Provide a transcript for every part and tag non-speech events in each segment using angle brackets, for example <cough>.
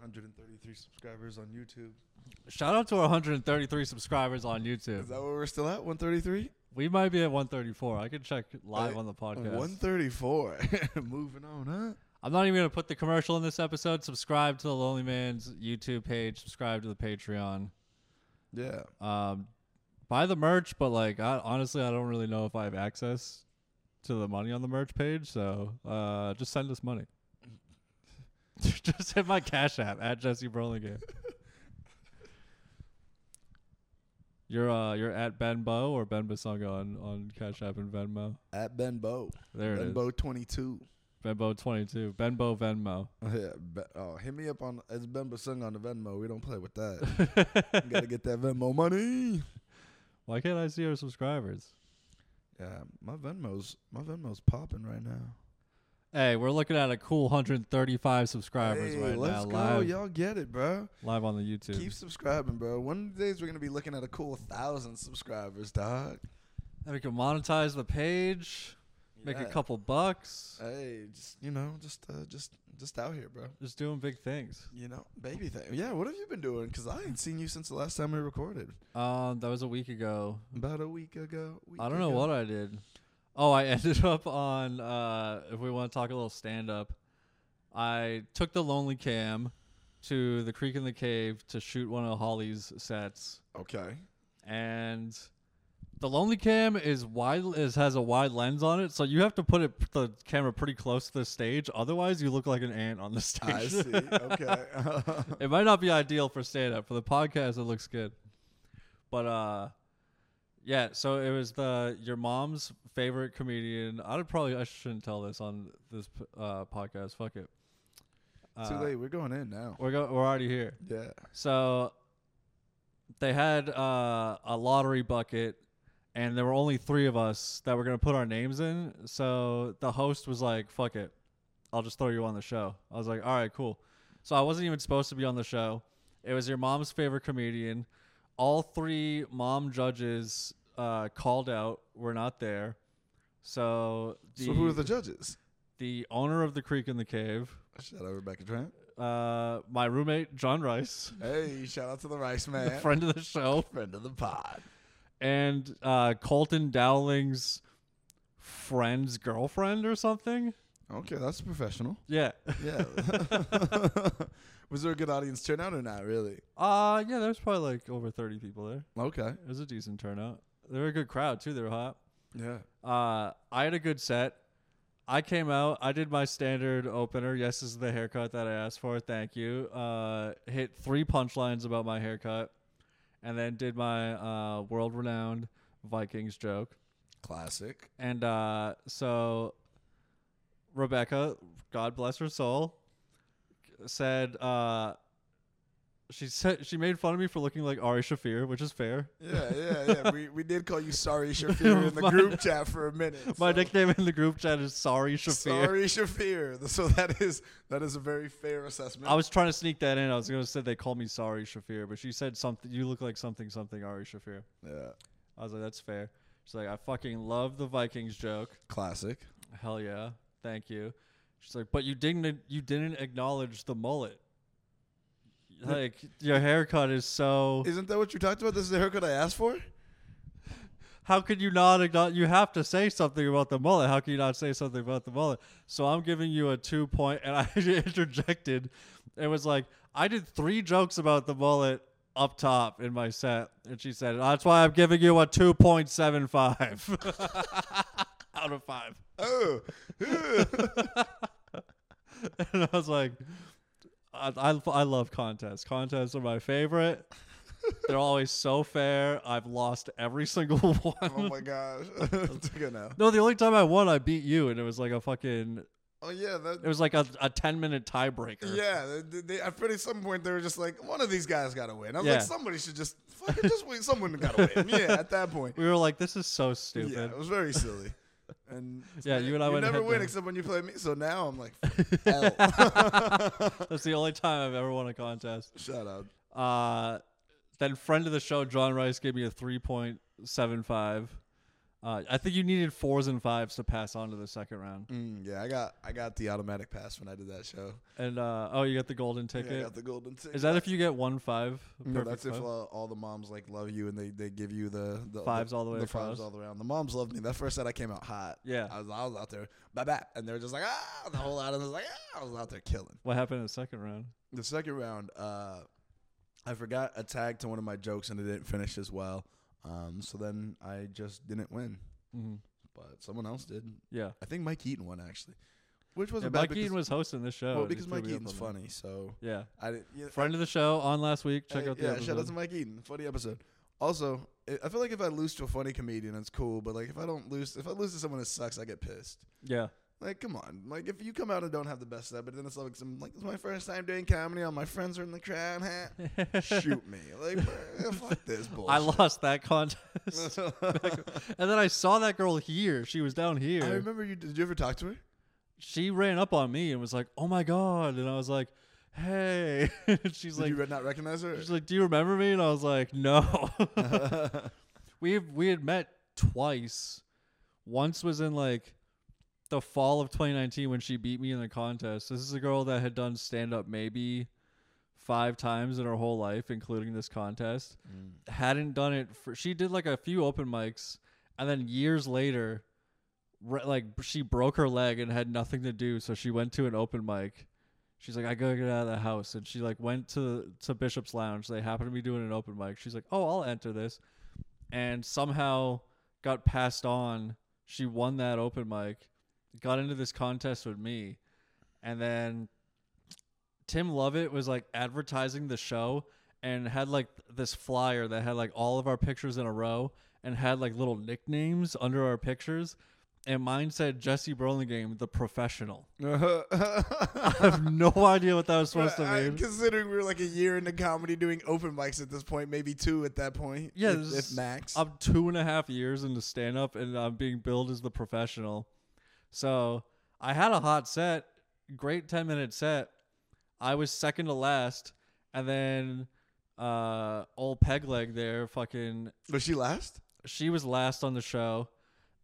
133 subscribers on YouTube. Shout out to our 133 subscribers on YouTube. Is that where we're still at? 133? we might be at 134. I could check live Uh, on the <laughs> podcast. 134. Moving on, huh? I'm not even gonna put the commercial in this episode. Subscribe to the Lonely Man's YouTube page. Subscribe to the Patreon. Yeah. Um, buy the merch, but like I, honestly, I don't really know if I have access to the money on the merch page. So uh, just send us money. <laughs> just hit my Cash App at Jesse Burlingame. You're uh you're at Benbo or Ben Basunga on on Cash App and Venmo. At Benbow. There it is. Benbow 22. Benbo twenty two. Benbo Venmo. <laughs> <laughs> Yeah. Be- oh, hit me up on it's Ben Basung on the Venmo. We don't play with that. You gotta get that <laughs> Venmo money. Why can't I see our subscribers? Yeah, my Venmo's my Venmo's popping right now. Hey, we're looking at a cool 135 subscribers Hey, right let's now, go, live y'all get it, bro. live on the YouTube. Keep subscribing, bro. One of the days we're gonna be looking at a cool thousand subscribers, dog. And we can monetize the page, make a Yeah. Uh, couple bucks, Hey, just you know, just uh, just just out here, bro. just doing big things. You know, baby thing. Yeah, what have you been doing? Cause I ain't seen you since the last time we recorded, Um, that was a week ago. about a week ago. Week I don't know what I did. Oh, I <laughs> ended up on. Uh, if we want to talk a little stand up, I took the lonely cam to the creek in the cave to shoot one of Holly's sets. <laughs> Okay. and the lonely cam is wide is has a wide lens on it so you have to put it the camera pretty close to the stage otherwise you look like an ant on the <laughs> stage I see. Okay. <laughs> it might not be ideal for stand up for the podcast it looks good but uh yeah so it was the your mom's favorite comedian i'd probably i shouldn't tell this on this p- uh podcast fuck it Too Uh, late. We're going in now. we're go- we're already here Yeah. so they had uh, a lottery bucket, and there were only three of us that were gonna put our names in. So the host was like, "Fuck it, I'll just throw you on the show." I was like, "All right, cool." So I wasn't even supposed to be on the show. It was your mom's favorite comedian. All three mom judges uh, called out were not there. So the so who are the judges? the owner of the creek in the cave, Shout out Rebecca Trent. uh, my roommate John Rice, <laughs> Hey, shout out to the Rice Man, friend of the show, friend of the pod. and uh, Colton Dowling's friend's girlfriend or something. Okay, that's professional. Yeah. <laughs> Yeah. was there a good audience turnout or not really? Uh yeah, there's probably like over 30 people there. Okay. It was a decent turnout. They were a good crowd too. They were hot. Yeah. Uh, I had a good set. I came out. I did my standard opener. Yes, this is the haircut that I asked for. Thank you. Uh, hit three punchlines about my haircut, and then did my uh, world-renowned Vikings joke. Classic. And uh, so Rebecca, God bless her soul, said uh, she said she made fun of me for looking like Ari Shafir, which is fair. Yeah, yeah, yeah. we, we did call you Sorry Shafir in the <laughs> My- group chat for a minute. My so- nickname in the group chat is Sorry Shafir. Sorry Shafir. So that is that is a very fair assessment. I was trying to sneak that in. I was gonna say they call me Sorry Shafir, but she said something. You look like something something Ari Shafir. yeah. I was like, that's fair. She's like, I fucking love the Vikings joke. Classic. Hell yeah, thank you. She's like, but you didn't you didn't acknowledge the mullet. Like your haircut is so. Isn't that what you talked about? This is the haircut I asked for? How could you not acknowledge? You have to say something about the mullet. How can you not say something about the mullet? So I'm giving you a two point, and <laughs> I interjected and was like, I did three jokes about the mullet up top in my set, and she said, that's why I'm giving you a two point seven five <laughs> out of five. <laughs> Oh. <laughs> and I was like, I, I, I love contests. Contests are my favorite. They're always so fair. I've lost every <laughs> single one. oh <laughs> my gosh. <laughs> it's okay now. No, the only time I won, I beat you, and it was like a fucking, Oh yeah, that it was like a, a 10 minute tiebreaker. Yeah, they, they, at pretty some point they were just like, one of these guys got to win. I was Yeah. like, somebody should just fucking just win. Someone got to <laughs> win. Yeah, at that point. We were like, this is so Yeah, stupid. it was very silly. And Yeah, you and I you went never head win down. except when you play me. So now <laughs> I'm like, L. That's the only time I've ever won a contest. <laughs> Shut up. Uh, then friend of the show, John Rice, gave me a 3.75. Uh, I think you needed fours and fives to pass on to the second round. Mm, yeah, I got I got the automatic pass when I did that show. And uh, oh, you got the golden Yeah, ticket. I got the golden ticket. Is that if you get one five? No, perfect that's if five? uh, all the moms like love you and they, they give you the, the Fives all the way across. fives all the way around. The moms loved me. That first set I came out hot. Yeah. I was I was out there bap bap, and they were just like ah the whole lot of them was like ah I was out there killing. What happened in the second round? The second round, uh, I forgot a tag to one of my jokes and it didn't finish as well. Um, so then I just didn't win, Mm-hmm. but someone else did. Yeah. I think Mike Eaton won actually, which yeah wasn't bad Mike because, Eaton was hosting this show. well, and he because threw Mike me up Eaton's on funny. So that. Yeah. I didn't. You Friend of the show on last week. Check Hey, out the yeah, episode. shout out to Mike Eaton. Funny episode. Also, I I feel like if I lose to a funny comedian, it's cool. But like, if I don't lose, if I lose to someone that sucks, I get pissed. yeah. Like, come on. Like, if you come out and don't have the best set, but then it's like, some, like it's my first time doing comedy. All my friends are in the crowd. Huh? Shoot me. Like, <laughs> man, fuck this bullshit. <laughs> I lost that contest. <laughs> and then I saw that girl here. She was down here. I remember you. Did you ever talk to her? she ran up on me and was like, "Oh my god!" And I was like, "Hey!" <laughs> And she's Did like, you re- not recognize her? <laughs> "She's like, do you remember me?" And I was like, "No." <laughs> we we had met twice. Once was in like the fall of 2019 when she beat me in the contest. This is a girl that had done stand up maybe five times in her whole life, including this contest. Hadn't done it for. She did like a few open mics, and then years later, re- like b- she broke her leg and had nothing to do, so she went to an open mic. She's like, I gotta get out of the house, and she like went to to Bishop's Lounge. They happened to be doing an open mic. She's like, Oh, I'll enter this, and somehow got passed on. She won that open mic, got into this contest with me, and then Tim Lovett was like advertising the show and had like this flyer that had like all of our pictures in a row and had like little nicknames under our pictures. And mine said Jesse Burlingame, the professional. I have no idea what that was <laughs> supposed to I- mean. considering we were like a year into comedy doing open mics at this point, maybe two at that point. Yeah, if, this if is- max. I'm two and a half years into stand up and I'm being billed as the professional. So I had a hot set, great 10 minute set. I was second to last. And then uh, old peg leg there, fucking, was she last? she was last on the show.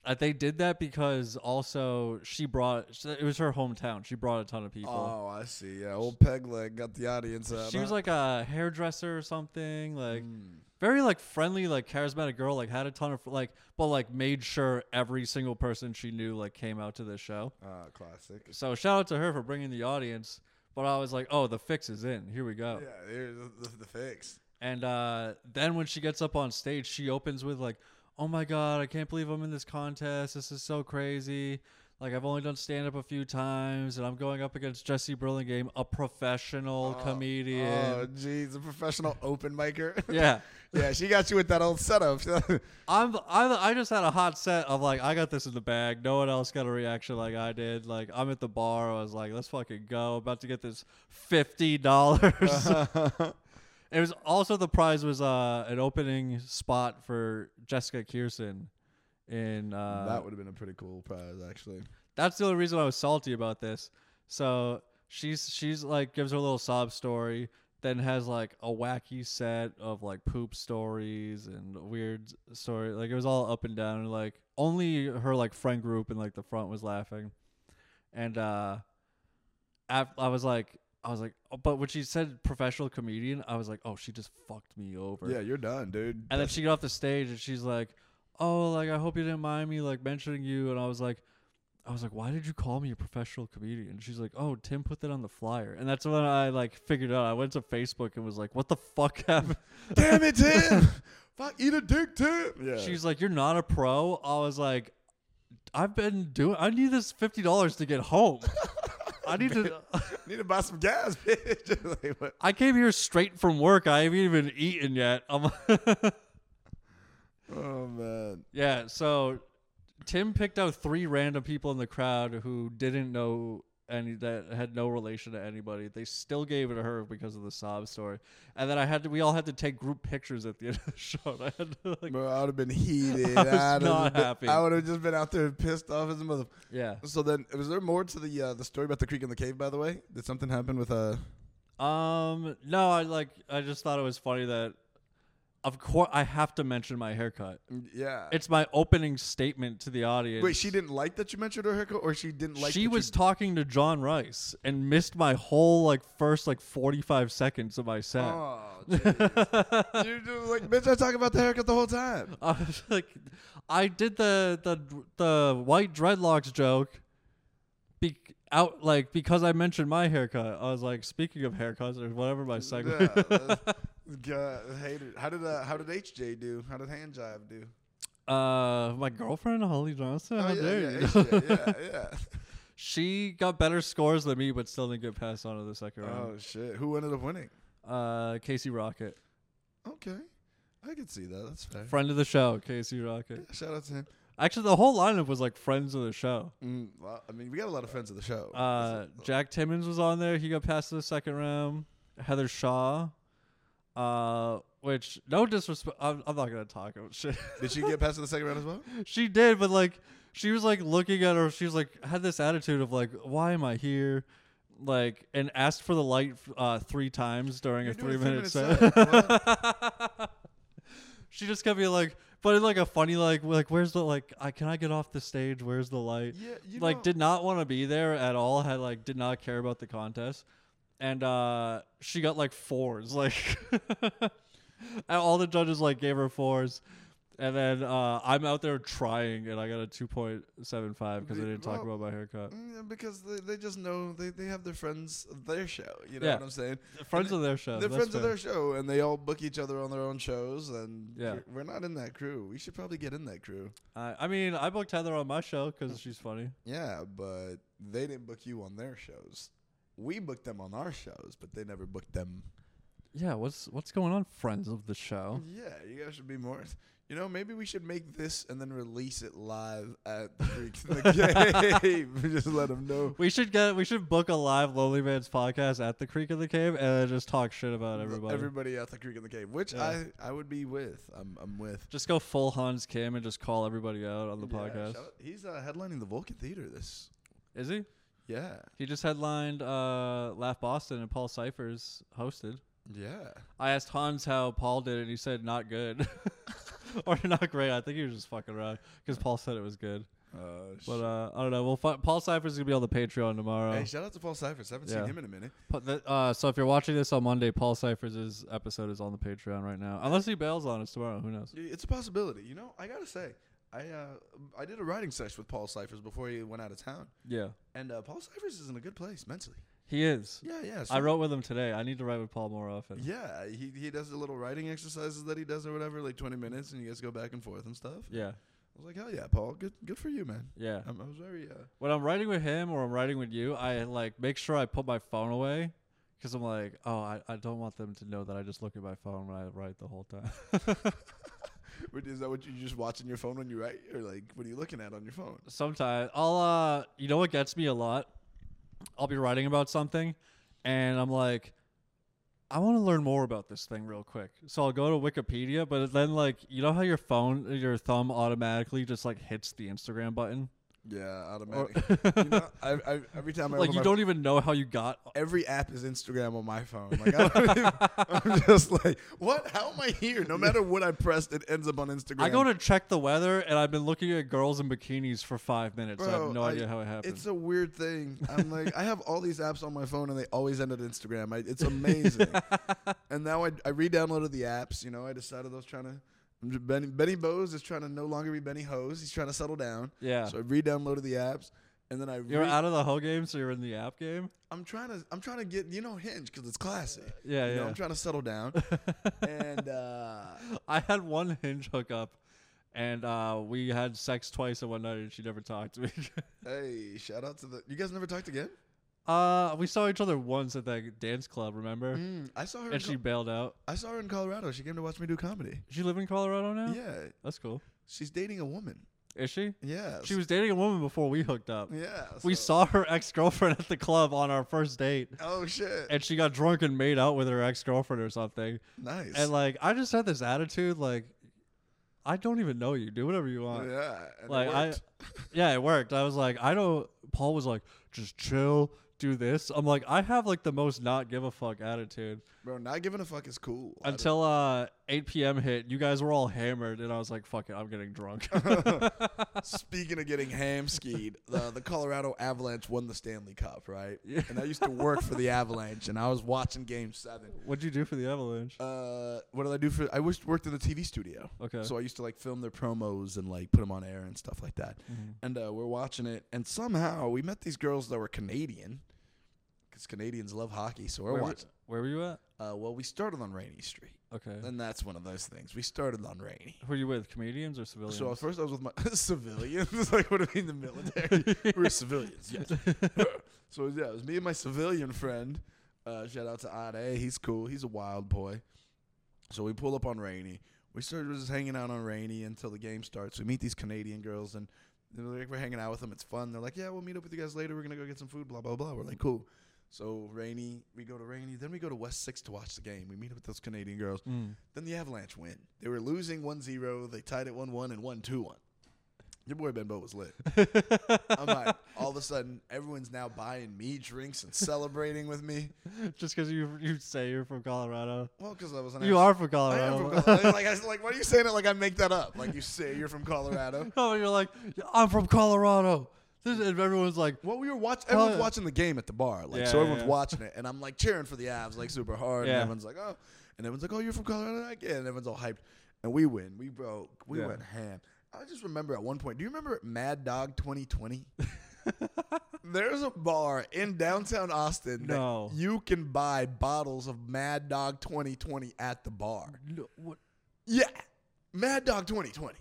Uh, they did that because also she brought, it was her hometown. She brought a ton of people. Oh, I see. Yeah, old peg leg got the audience out. she was huh? like a hairdresser or something like Hmm. very like friendly like charismatic girl like had a ton of like but like made sure every single person she knew like came out to this show Ah, classic. so shout out to her for bringing the audience but i was like oh the fix is in here we go Yeah, there's the, the fix. and uh, then when she gets up on stage, she opens with like, "Oh my god, I can't believe I'm in this contest. This is so crazy. Like I've only done stand up a few times, and I'm going up against Jesse Burlingame, a professional comedian. Oh, jeez, a <laughs> professional open micer. yeah, <laughs> Uh, yeah, she got you with that old <laughs> setup. <laughs> I'm, I'm. I just had a hot set of like, I got this in the bag. No one else got a reaction like I did. Like I'm at the bar. I was like, let's fucking go. About to get this fifty dollars. Uh-huh. It was also the prize was uh, an opening spot for Jessica Kearson. In uh, that would have been a pretty cool prize, actually. that's the only reason I was salty about this. So she's she's like gives her little sob story, then has like a wacky set of like poop stories and weird story. Like it was all up and down. And like only her like friend group and like the front was laughing, and uh, af- I was like. I was like, oh, but when she said professional comedian, I was like, oh, she just fucked me over. Yeah, you're done, dude. And then she got off the stage and she's like, "Oh, like I hope you didn't mind me like mentioning you." And I was like, I was like, "Why did you call me a professional comedian?" And she's like, "Oh, Tim put that on the flyer." And that's when I like figured out. I went to Facebook and was like, "What the fuck <laughs> happened?" <laughs> Damn it, <laughs> Tim! Fuck, eat a dick, Tim! Yeah. She's like, "You're not a pro." I was like, "I've been doing. I need this fifty dollars to get home. I need to." <laughs> Need to buy some gas, <laughs> bitch. Like, what? I came here straight from work. I haven't even eaten yet. I'm <laughs> Oh, man. Yeah, so Tim picked out three random people in the crowd who didn't know any that had no relation to anybody. They still gave it to her because of the sob story. And then I had to we all had to take group pictures at the end of the <laughs> show. And I had to like Bro, I would have been heated. <laughs> I I'd was have not been- happy. I would have just been out there pissed off as a mother. Yeah. So then, was there more to the uh, the story about the creek and the cave? By the way, did something happen with uh? Um no, I like I just thought it was funny that of course, I have to mention my haircut. Yeah. It's my opening statement to the audience. Wait, she didn't like that you mentioned her haircut, or she didn't like. that she you- <laughs> was talking to John Rice and missed my whole like first like 45 seconds of my set. Oh, <laughs> jeez. You're just like, bitch! I talk about the haircut the whole <laughs> time. I was like, I did the the the white dreadlocks joke, be out like because I mentioned my haircut. I was like, speaking of haircuts or whatever my Yeah, segment. <laughs> that's- God, I hate it. How did uh, how did HJ do? How did hand jive do? <laughs> uh, my girlfriend Holly Johnson. Oh, how yeah, dare yeah, you? HJ, yeah, yeah. <laughs> Oh, she got better scores than me, but still didn't get passed on to the second round. Oh shit! Who ended up winning? Uh, Casey Rocket, Okay, I can see that. That's fair. friend of the show, Casey Rocket. Shout out to him. Actually, the whole lineup was like friends of the show. Mm, well, I mean, we got a lot of friends of the show. Uh, Jack Timmons was on there. He got past the second round. Heather Shaw, uh, which no disrespect, I'm, I'm not gonna talk about shit. <laughs> did she get past the second round as well? she did, but like she was like looking at her. She was like had this attitude of like, why am I here? Like and asked for the light uh, three times during You're a doing three a minute three-minute set. <laughs> she just kept being like, but in like a funny like like where's the like I can I get off the stage? Where's the light? Yeah, you like know- did not want to be there at all had like did not care about the contest and uh she got like fours <laughs> like and all the judges like gave her fours and then uh i'm out there trying and i got a 2.75 because i The- didn't talk well, about my haircut Mm, yeah, because they, they just know they, they have their friends of their show. You know Yeah. what I'm saying? friends of their show They're that's friends of fair. their show, and they all book each other on their own shows. And Yeah. we're- we're not in that crew. We should probably get in that crew. I, I mean i booked heather on my show because she's funny Yeah, but they didn't book you on their shows. We booked them on our shows, but they never booked them. yeah what's what's going on friends of the show Yeah, you guys should be more. You know, maybe we should make this and then release it live at the Freaks in the <laughs> Game. just let them know. we should get we should book a live lonely man's podcast at the creek in the cave and then just talk shit about th- everybody Everybody at the Creek in the Cave, which Yeah. I, I would be with. I'm, I'm with. Just go full Hans Kim and just call everybody out on the Yeah, podcast. shout out- He's uh, headlining the Vulcan Theater this. Is he? Yeah. He just headlined uh, Laugh Boston and Paul Cyphers hosted. Yeah. I asked Hans how Paul did it, and he said not good <laughs> or not great. I think he was just fucking around because Paul said it was good. Uh, sh- But uh, I don't know. Well, fi- Paul Cyphers is gonna be on the Patreon tomorrow. hey, shout out to Paul Cyphers. haven't Yeah. seen him in a minute. But the- uh, so if you're watching this on Monday, Paul Cyphers' episode is on the Patreon right now. Unless he bails on us tomorrow, who knows? Y- It's a possibility. You know, I gotta say, I uh, I did a writing session with Paul Cyphers before he went out of town, Yeah, and uh, Paul Cyphers is in a good place mentally. he is. Yeah, yeah. I so- wrote with him today. I need to write with Paul more often. Yeah, he he does the little writing exercises that he does or whatever, like twenty minutes, and you guys go back and forth and stuff. yeah, I was like, hell yeah, Paul, good good for you, man. yeah. Um, I was very uh, when I'm writing with him or I'm writing with you, I like make sure I put my phone away because I'm like, oh, I, I don't want them to know that I just look at my phone when I write the whole time. <laughs> Wait, Is that what you're just watching your phone when you write, or like what are you looking at on your phone? Sometimes I'll, uh, you know what gets me a lot? I'll be writing about something and I'm like, I want to learn more about this thing real quick. So I'll go to Wikipedia, but then like, you know how your phone, your thumb automatically just like hits the Instagram button? Yeah, Or- automatic. <laughs> you know, <laughs> I, I, every time I like open you my don't even know how you got every app is Instagram on my phone. Like I don't <laughs> even, I'm just like, what? How am I here? No matter what I pressed, it ends up on Instagram. I go to check the weather, and I've been looking at girls in bikinis for five minutes. I have Bro, no I- idea how it happened. It's a weird thing. I'm like, I have all these apps on my phone, and they always end at Instagram. I, it's <laughs> amazing. and now I, I re-downloaded the apps. You know, I decided I was trying to. I'm just- Benny, Benny Bose is trying to no longer be Benny Hose. He's trying to settle down. yeah, So I re-downloaded the apps, and then I. you're re- out of the whole game, so you're in the app game. I'm trying to. I'm trying to get you know Hinge because it's classy. Yeah, You know, yeah. I'm trying to settle <laughs> down, and uh, I had one hinge hookup, and uh, we had sex twice in one night, and she never talked to me. hey, shout out to the. You guys never talked again? <laughs> uh, we saw each other once at that dance club, remember? Mm, I saw her. In And she Col- bailed out. I saw her in Colorado. She came to watch me do comedy. She live in Colorado now. Yeah, that's cool. she's dating a woman. Is she? Yeah, She was dating a woman before we hooked up. Yeah, We so- saw her <laughs> ex girlfriend at the club on our first date, Oh shit! and she got drunk and made out with her ex girlfriend or something. nice. And like I just had this attitude like I don't even know you. Do whatever you want. yeah, and it <laughs> like I worked. Yeah, it worked. I was like, I don't Paul was like, just chill, do this. I'm like, I have like the most not give a fuck attitude. Bro, not giving a fuck is cool. I don't- Until uh 8 p.m. hit, you guys were all hammered, and I was like, fuck it, I'm <laughs> getting drunk. Uh, Speaking of getting ham skied, the, the Colorado Avalanche won the Stanley Cup, right? Yeah. And I used to work for the Avalanche, and I was watching Game Seven. <laughs> What'd you do for the Avalanche? Uh, what did I do for? I wished worked in the TV studio. Okay. So I used to like film their promos and like put them on air and stuff like that. Mm-hmm. And uh, we're watching it, and somehow we met these girls that were Canadian, because Canadians love hockey. So we're where, were, watching. where were you at? Uh, well, we started on Rainy Street, Okay. and that's one of those things. We started on Rainy. Who are you with? Comedians or civilians? So at first I was with my <laughs> civilians. <laughs> like what do you mean the military? We're civilians, <laughs> yes. so it was- yeah, it was me and my civilian friend. Uh, shout out to Odd A. He's cool. He's a wild boy. So we pull up on Rainy. We started just hanging out on Rainy until the game starts. We meet these Canadian girls and they're like, we're hanging out with them. It's fun. They're like, yeah, we'll meet up with you guys later. We're gonna go get some food. Blah blah blah. We're like, cool. So Rainy, we go to Rainy. Then we go to West Six to watch the game. We meet up with those Canadian girls. Mm. Then the Avalanche win. They were losing 1-0. They tied it 1-1 and 1-2-1. Your boy Benbow was <laughs> lit. I'm like, all of a sudden, everyone's now buying me drinks and celebrating with me. Just because you you say you're from Colorado. Well, because I was an You ass- are I from am Colorado. <laughs> from Colorado. like, I, like, why are you saying it like I make that up? Like, you say you're from Colorado. oh, you're like, I'm from Colorado. This, and everyone's like, Well, we were watching. Everyone's yeah. watching the game at the bar, like Yeah, so. yeah, Everyone's yeah. watching it, and I'm like cheering for the Avs, like super hard. Yeah. And everyone's like, oh, and everyone's like, oh, you're from Colorado, like, yeah. And everyone's all hyped, and we win. We broke. We Yeah. went ham. I just remember at one point. Do you remember Mad Dog <laughs> 2020? There's a bar in downtown Austin No. that you can buy bottles of Mad Dog 2020 at the bar. "No, what? Yeah, Mad Dog 2020.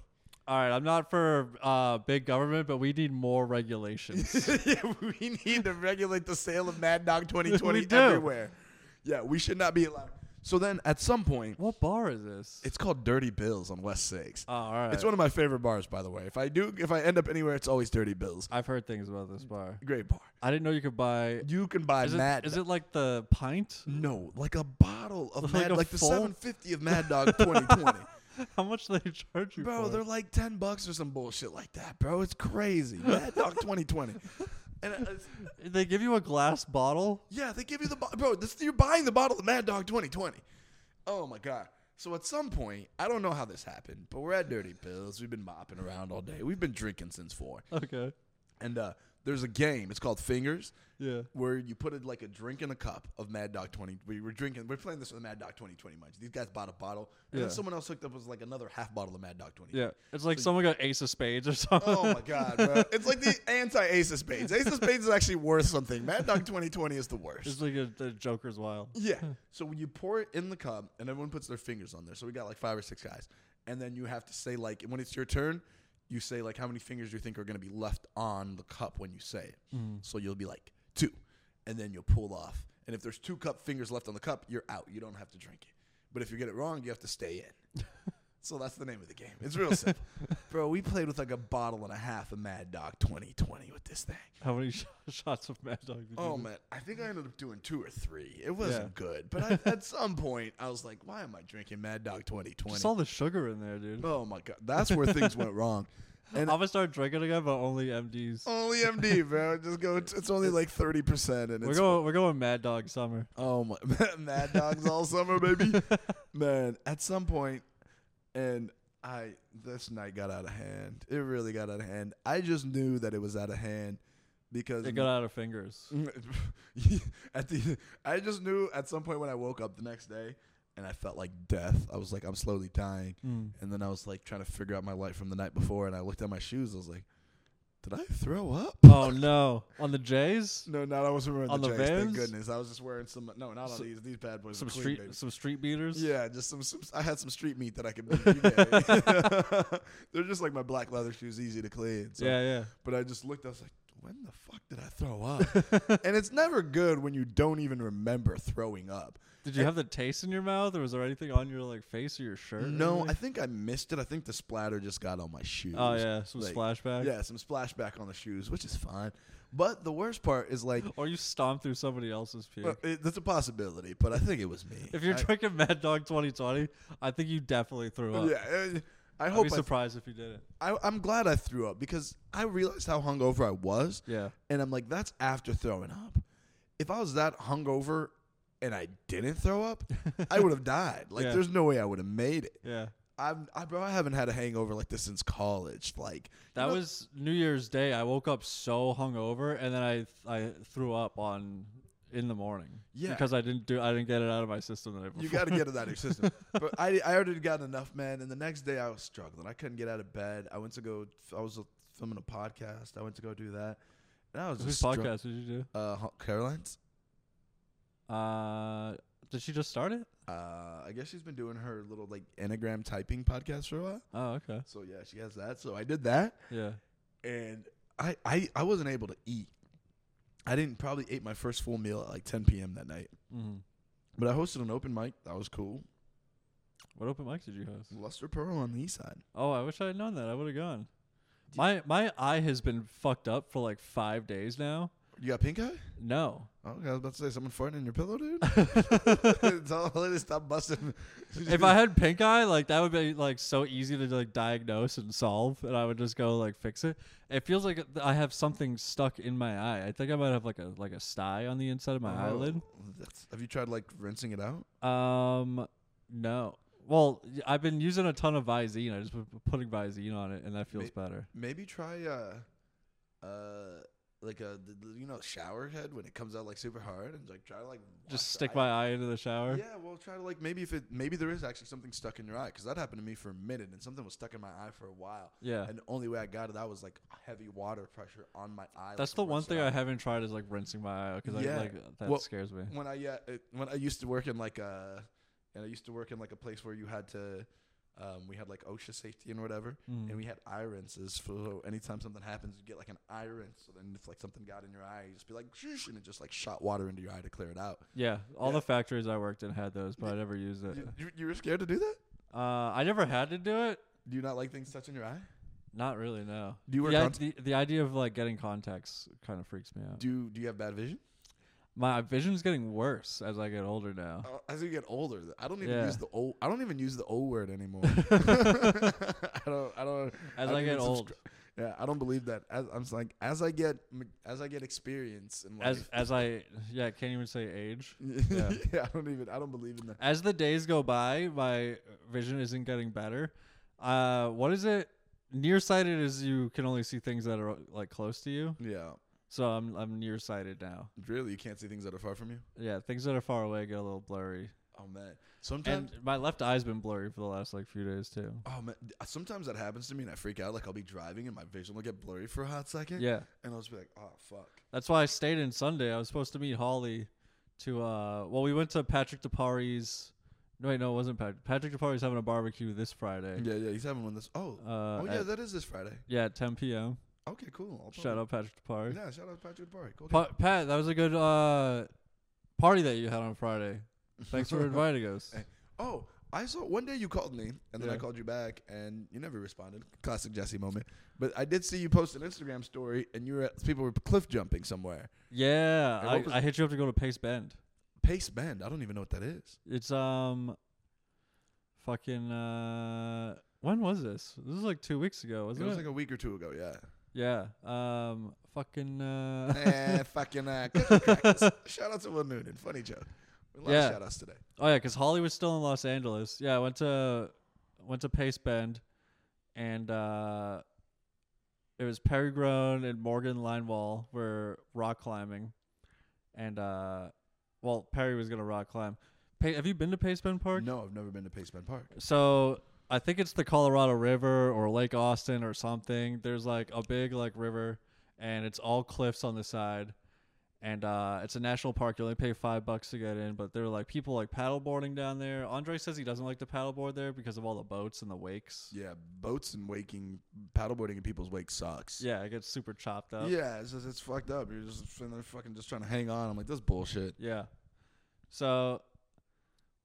All right, I'm not for uh, big government, but we need more regulations. Yeah, <laughs> we need to regulate the sale of Mad Dog 2020 <laughs> We do. everywhere. Yeah, we should not be allowed. So then at some point, what bar is this? it's called Dirty Bills on West 6. oh, all right. It's one of my favorite bars, by the way. If I do, if I end up anywhere, it's always Dirty Bills. I've heard things about this <laughs> bar. Great bar. I didn't know you could buy. You can buy Is Mad. it, is it like the pint? <laughs> no, like a bottle of Like Mad, a like the full- 750 of Mad <laughs> Dog 2020. How much do they charge you bro, for? they're like 10 bucks or some bullshit like that, bro. It's crazy. Mad Dog <laughs> 2020. And uh, it's, they give you a glass bottle. Yeah, they give you the bo- bro. This, you're buying the bottle of Mad Dog 2020. Oh my god. So at some point, I don't know how this happened, but we're at Dirty Pills. We've been mopping around all day. We've been drinking since four. Okay. And uh, there's a game. It's called Fingers, Yeah. where you put it like a drink in a cup of Mad Dog 20. We were drinking. We're playing this with Mad Dog 2020. Mind you, these guys bought a bottle, and Yeah. then someone else hooked up with like another half bottle of Mad Dog 20. Yeah. It's like someone got ace of spades or something. <laughs> Oh my god, bro! It's like the anti Ace of Spades. Ace of Spades is actually worth something. Mad Dog 2020 is the worst. It's like a, the Joker's wild. Yeah. so when you pour it in the cup, and everyone puts their fingers on there. So we got like five or six guys, and then you have to say like when it's your turn, you say like how many fingers you think are going to be left on the cup when you say it. So you'll be like two, and then you'll pull off. And if there's two cup fingers left on the cup, you're out. You don't have to drink it. But if you get it wrong, you have to stay in. so that's the name of the game. It's real simple, bro. We played with like a bottle and a half of Mad Dog 2020 with this thing. How many <laughs> sh- shots of Mad Dog? Did you Oh do? man, I think I ended up doing two or three. It wasn't good, but I, <laughs> at some point I was like, "Why am I drinking Mad Dog 2020?" Just all the sugar in there, dude. oh my god, that's where things went <laughs> wrong. And Oh, I'm gonna start drinking again, but only MDs. only MD, bro. Just go. It's only like thirty percent, and we're it's going. We're going Mad Dog Summer. Oh my, <laughs> Mad Dogs all summer, <laughs> baby. Man, at some point, and I this night got out of hand. It really got out of hand. I just knew that it was out of hand because It got out <laughs> of fingers. at the I just knew at some point when I woke up the next day and I felt like death. I was like, I'm slowly dying. Mm. And then I was like trying to figure out my life from the night before and I looked at my shoes, I was like, Did I throw up? oh no! On the Jays, No, not I wasn't wearing On the, the Jays, thank Vans? goodness. I was just wearing some no, not on So- these. These bad boys some are clean, street, baby. some street beaters. Yeah, just some, some. I had some street meat that I <laughs> could. Beat you guys. <laughs> They're just like my black leather shoes, easy to clean. So. yeah, yeah. But I just looked. I was like, when the fuck did I throw <laughs> up? and it's never good when you don't even remember throwing up. Did you have the taste in your mouth, or was there anything on your like face or your shirt? or No, I anything? think I missed it. I think the splatter just got on my shoes. Mm. oh yeah, some Like, splashback. Yeah, some splashback on the shoes, which is fine. But the worst part is <gasps> like. Or you stomped through somebody else's puke. well, it, that's a possibility, but I think it was me. if you're I- Oh, drinking Mad Dog 2020, I think you definitely threw <laughs> up. yeah, I, I I'd be hope I surprised if you didn't. I, I'm glad I threw up because I realized how hungover I was. Yeah. And I'm like, that's after throwing up. if I was that hungover and I didn't throw <laughs> up, I would have died. Like, Yeah. there's no way I would have made it. Yeah. I'm, I, bro, I haven't had a hangover like this since college. Like, That know- was New Year's Day. I woke up so hungover, and then I th- I threw up on in the morning. Yeah. because I didn't do I didn't get it out of my system the night <laughs> before. you got to get it out of your <laughs> system. But I, I already got enough, man. And the next day, I was struggling. I couldn't get out of bed. I went to go. I was filming a podcast. I went to go do that, and I was Whose just strugg- podcast did you Uh, Ho- Caroline's. do? Uh, did she just start it? Uh, I guess she's been doing her little like anagram typing podcast for a while. Oh, okay. So yeah, she has that. So I did that, Yeah. and I I, I wasn't able to eat. I didn't probably ate my first full meal at like 10 p.m. that night. hmm But I hosted an open mic. That was cool. What open mic did you host? Luster Pearl on the east side. Oh, I wish I had known that. I would have gone. My my eye has been fucked up for like five days now. You got pink eye? No. Oh, I was about to say someone farting in your pillow, <laughs> dude. <laughs> Tell her to <laughs> stop busting. if <laughs> I had pink eye, like that would be like so easy to like diagnose and solve, and I would just go like fix it. It feels like I have something stuck in my eye. I think I might have like a like a sty on the inside of my eyelid. Oh, That's, have you tried like rinsing it out? Um, no. Well, y- I've been using a ton of Visine. I just been putting Visine on it, and that feels better. Maybe try uh, uh, like a the- the- you know shower head when it comes out like super hard and like try to like wash Just the stick eye. my eye into the shower. Yeah, well, try to like maybe if it maybe there is actually something stuck in your eye because that happened to me for a minute and something was stuck in my eye for a while. Yeah. And the only way I got it out was like heavy water pressure on my eye. That's like, the one rinsed it thing I out. haven't tried is like rinsing my eye because Yeah. I like that Well, scares me. when I uh, it- when I used to work in like a and I used to work in like a place where you had to um, we had like OSHA safety and whatever, Mm. and we had eye rinses for so anytime something happens, you get like an eye rinse. So then if like something got in your eye, you just be like, "Shoosh," and it just like shot water into your eye to clear it out. Yeah, all Yeah. the factories I worked in had those, but I never used it. You, you, you were scared to do that? Uh, I never had to do it. Do you not like things touching your eye? Not really, no. Do you wear the, i- contacts? the, the idea of like getting contacts kind of freaks me out. Do you, do you have bad vision? My uh, vision's getting worse as I get older now. Uh, as you get older, th- I don't even Yeah. use the o. I don't even use the O word <laughs> anymore. <laughs> I don't. I don't. As don't I get even subscri- old. yeah, I don't believe that. As I'm s- like, as I get, m- as I get experience in As life, as I yeah, I can't even say age. <laughs> yeah. <laughs> yeah. I don't even. I don't believe in that. As the days go by, my vision isn't getting better. Uh, what is it? Nearsighted is you can only see things that are like close to you. Yeah, So I'm I'm nearsighted now. really, you can't see things that are far from you. Yeah, things that are far away get a little blurry. Oh man, sometimes. And my left eye's been blurry for the last like few <laughs> days too. oh man, d- sometimes that happens to me, and I freak out. Like I'll be driving, and my vision will get blurry for a hot second. Yeah. and I'll just be like, oh fuck. That's why I stayed in Sunday. I was supposed to meet Holly to uh well we went to Patrick DePari's no wait, no, it wasn't Patrick. Patrick DePari's having a barbecue this Friday. Yeah, yeah, he's having one this. Oh, Uh oh yeah, at, that is this Friday. yeah, at ten PM. Okay, cool. I'll Shout out Patrick DePari. Yeah, shout out Patrick Barry. Go <laughs> Pa- Pat, that was a good uh party that you had on Friday. <laughs> Thanks for inviting us. Hey. Oh, I saw one day you called me, and then I Yeah. called you back, and you never responded. Classic Jesse moment. But I did see you post an Instagram story, and you were at, people were cliff jumping somewhere. Yeah, Hey, what I, was- I hit you up to go to Pace Bend. Pace Bend. I don't even know what that is. It's um fucking uh when was this? This was like two weeks ago, It wasn't it? was like a week or two ago. <laughs> Yeah. yeah. Um <laughs> fucking uh eh, fucking uh, cookie crackers. shout out to Will Noonan. Funny joke. A lot Yeah. of shout outs today. Oh yeah, because Holly was still in Los Angeles. Yeah, I went to went to Pace Bend, and uh, it was Perry Groan and Morgan Linewall were rock climbing, and uh, well Perry was gonna rock climb. Pa- have you been to Pace Bend Park? No, I've never been to Pace Bend Park. So I think it's the Colorado River or Lake Austin or something. There's like a big like river, and it's all cliffs on the side, and uh, it's a national park. You only pay five bucks to get in, but there are like people like paddleboarding down there. Andre says he doesn't like to paddleboard there because of all the boats and the wakes. Yeah, boats and waking, paddleboarding in people's wake sucks. Yeah, it gets super chopped up. Yeah, it's just it's fucked up. You're just sitting there fucking just trying to hang on. I'm like, this bullshit. Yeah. So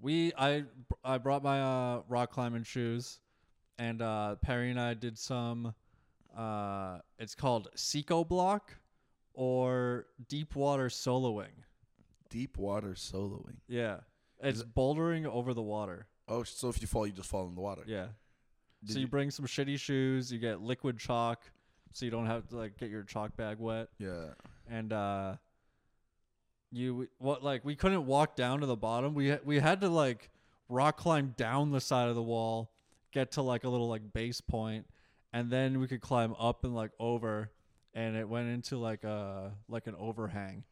we I I brought my uh rock climbing shoes and uh Perry and I did some uh it's called Seco block or deep water soloing. Deep water soloing. Yeah. It's bouldering over the water. Oh, so if you fall, you just fall in the water. Yeah. Did so you bring some shitty shoes, you get liquid chalk so you don't have to like get your chalk bag wet Yeah. and uh you what like we couldn't walk down to the bottom. We ha- we had to like rock climb down the side of the wall, get to like a little like base point, and then we could climb up and like over. And it went into like a like an overhang.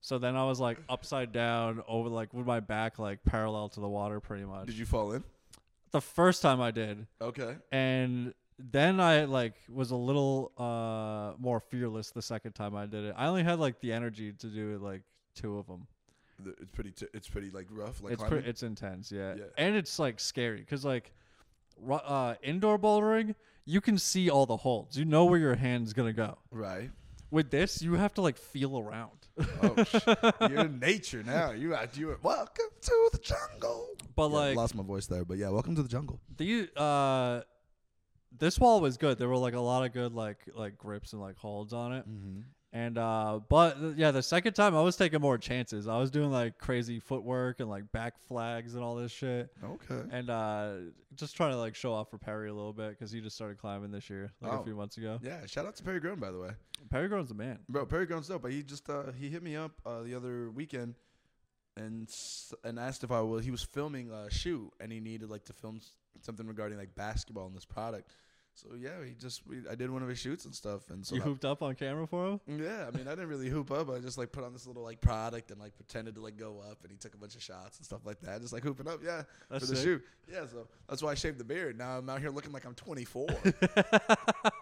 So then I was like upside down over like with my back like parallel to the water pretty much. Did you fall in? the first time I did, Okay. and then I like was a little uh more fearless the second time I did it. I only had like the energy to do like two of them. Th- It's pretty. T- it's pretty like rough. Like it's climbing. pretty, it's intense, yeah. Yeah. and it's like scary because like ru- uh, indoor bouldering, you can see all the holds. You know where your hand's gonna go. <laughs> right. With this, you have to like feel around. <laughs> Oh, sh- you're in nature now. You out. You are- welcome to the jungle. but Yeah, like lost my voice there, but yeah, welcome to the jungle. the uh, this wall was good. There were like a lot of good like like grips and like holds on it. Mm-hmm. And uh but th- yeah, the second time I was taking more chances. I was doing like crazy footwork and like back flags and all this shit. Okay. And uh just trying to like show off for Perry a little bit cuz he just started climbing this year like Oh. a few months ago. Yeah, shout out to Perry Grown, by the way. Perry Grown's a man. Bro, Perry Grown's dope, but he just uh, he hit me up uh, the other weekend and s- and asked if I will. He was filming a shoot and he needed like to film s- something regarding like basketball and this product. So yeah, he just we, I did one of his shoots and stuff, and so you that- hooped up on camera for him? yeah, I mean I didn't really hoop up. I just like put on this little like product and like pretended to like go up, and he took a bunch of shots and stuff like that, just like hooping up. Yeah, That's for the sick. shoot. Yeah, so that's why I shaved the beard. Now I'm out here looking like I'm <laughs> 24.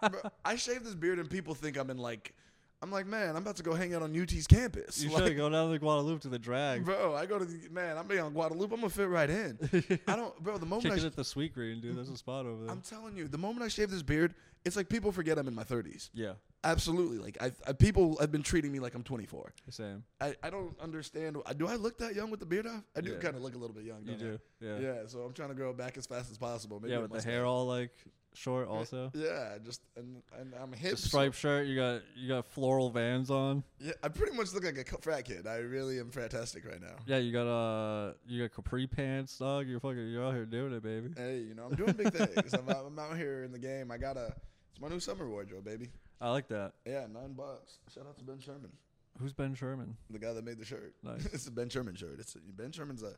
Bro, I shave this beard and people think I'm in like, I'm like, man, I'm about to go hang out on UT's campus. You <laughs> should Like, have go down to Guadalupe to the drag. <laughs> bro, I go to the, man, I'm being on Guadalupe. I'm gonna fit right in. I don't, bro. The moment Kick I, it sh- at the sweet green, dude. There's a spot over there. I'm telling you, the moment I shave this beard, it's like people forget I'm in my 30s. yeah, Absolutely, like I, I people have been treating me like I'm 24. same. I, I don't understand. I- Do I look that young with the beard off? I do Yeah. kind of look a little bit young. You don't I? do. Yeah. Yeah, so I'm trying to grow it back as fast as possible. Maybe yeah a with the mustache. hair all like short also. Yeah, just and, and I'm hip. The so- striped shirt, you got you got floral vans on. Yeah, I pretty much look like a co- frat kid. I really am fantastic right now. Yeah, you got uh, you got capri pants, dog. You're fucking, you're out here doing it, baby. Hey, you know, I'm doing big things. I'm, out- I'm out here in the game. I got to it's my new summer wardrobe, baby. I like that. Yeah, nine bucks. Shout out to Ben Sherman, Who's Ben Sherman? the guy that made the shirt. Nice. <laughs> it's a Ben Sherman shirt. It's a, Ben Sherman's a,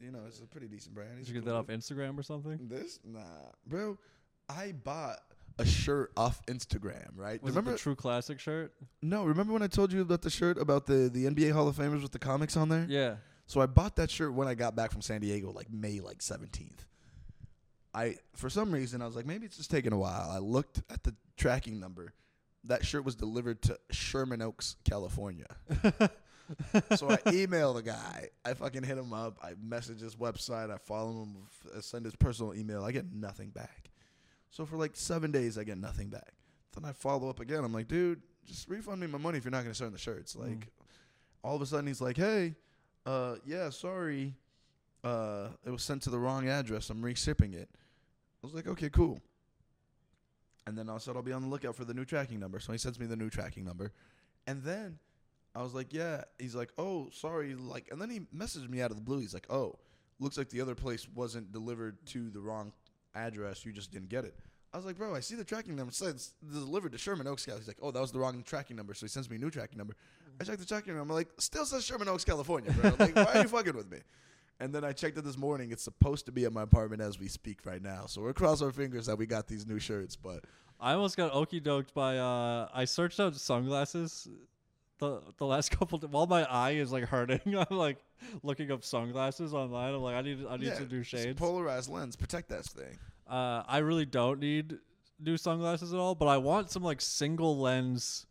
you know, it's a pretty decent brand. Did He's you a get that cool off Instagram or something? dude. This nah, bro. I bought a shirt off Instagram, right? Was remember? it the True Classic shirt? no, remember when I told you about the shirt about the the NBA Hall of Famers with the comics on there? Yeah. So I bought that shirt when I got back from San Diego, like May like seventeenth. I for some reason I was like, maybe it's just taking a while. I looked at the tracking number. That shirt was delivered to Sherman Oaks, California. so I email the guy. I fucking hit him up. I message his website. I follow him. I send his personal email. I get nothing back. So for like seven days, I get nothing back. Then I follow up again. I'm like, dude, just refund me my money if you're not going to send the shirts. Like, all of a sudden he's like, hey, uh, yeah, sorry, uh, it was sent to the wrong address. I'm reshipping it. I was like, okay, cool. And then I said, I'll be on the lookout for the new tracking number. So he sends me the new tracking number. And then I was like, yeah. He's like, oh, sorry. Like, and then he messaged me out of the blue. He's like, oh, looks like the other place wasn't delivered to the wrong address. You just didn't get it. I was like, bro, I see the tracking number. It says delivered to Sherman Oaks, California. He's like, oh, that was the wrong tracking number. So he sends me a new tracking number. I checked the tracking number. I'm like, still says Sherman Oaks, California, bro. Like, why are you fucking with me? And then I checked it this morning. It's supposed to be at my apartment as we speak right now. So we're crossing our fingers that we got these new shirts. But I almost got okey doked by. Uh, I searched out sunglasses. The, the last <laughs> couple d- while my eye is like hurting <laughs> I'm like looking up sunglasses online I'm like I need I need yeah, to do it's a shades Polarized lens. Protect that thing. uh, I really don't need new sunglasses at all, but I want some like single lens,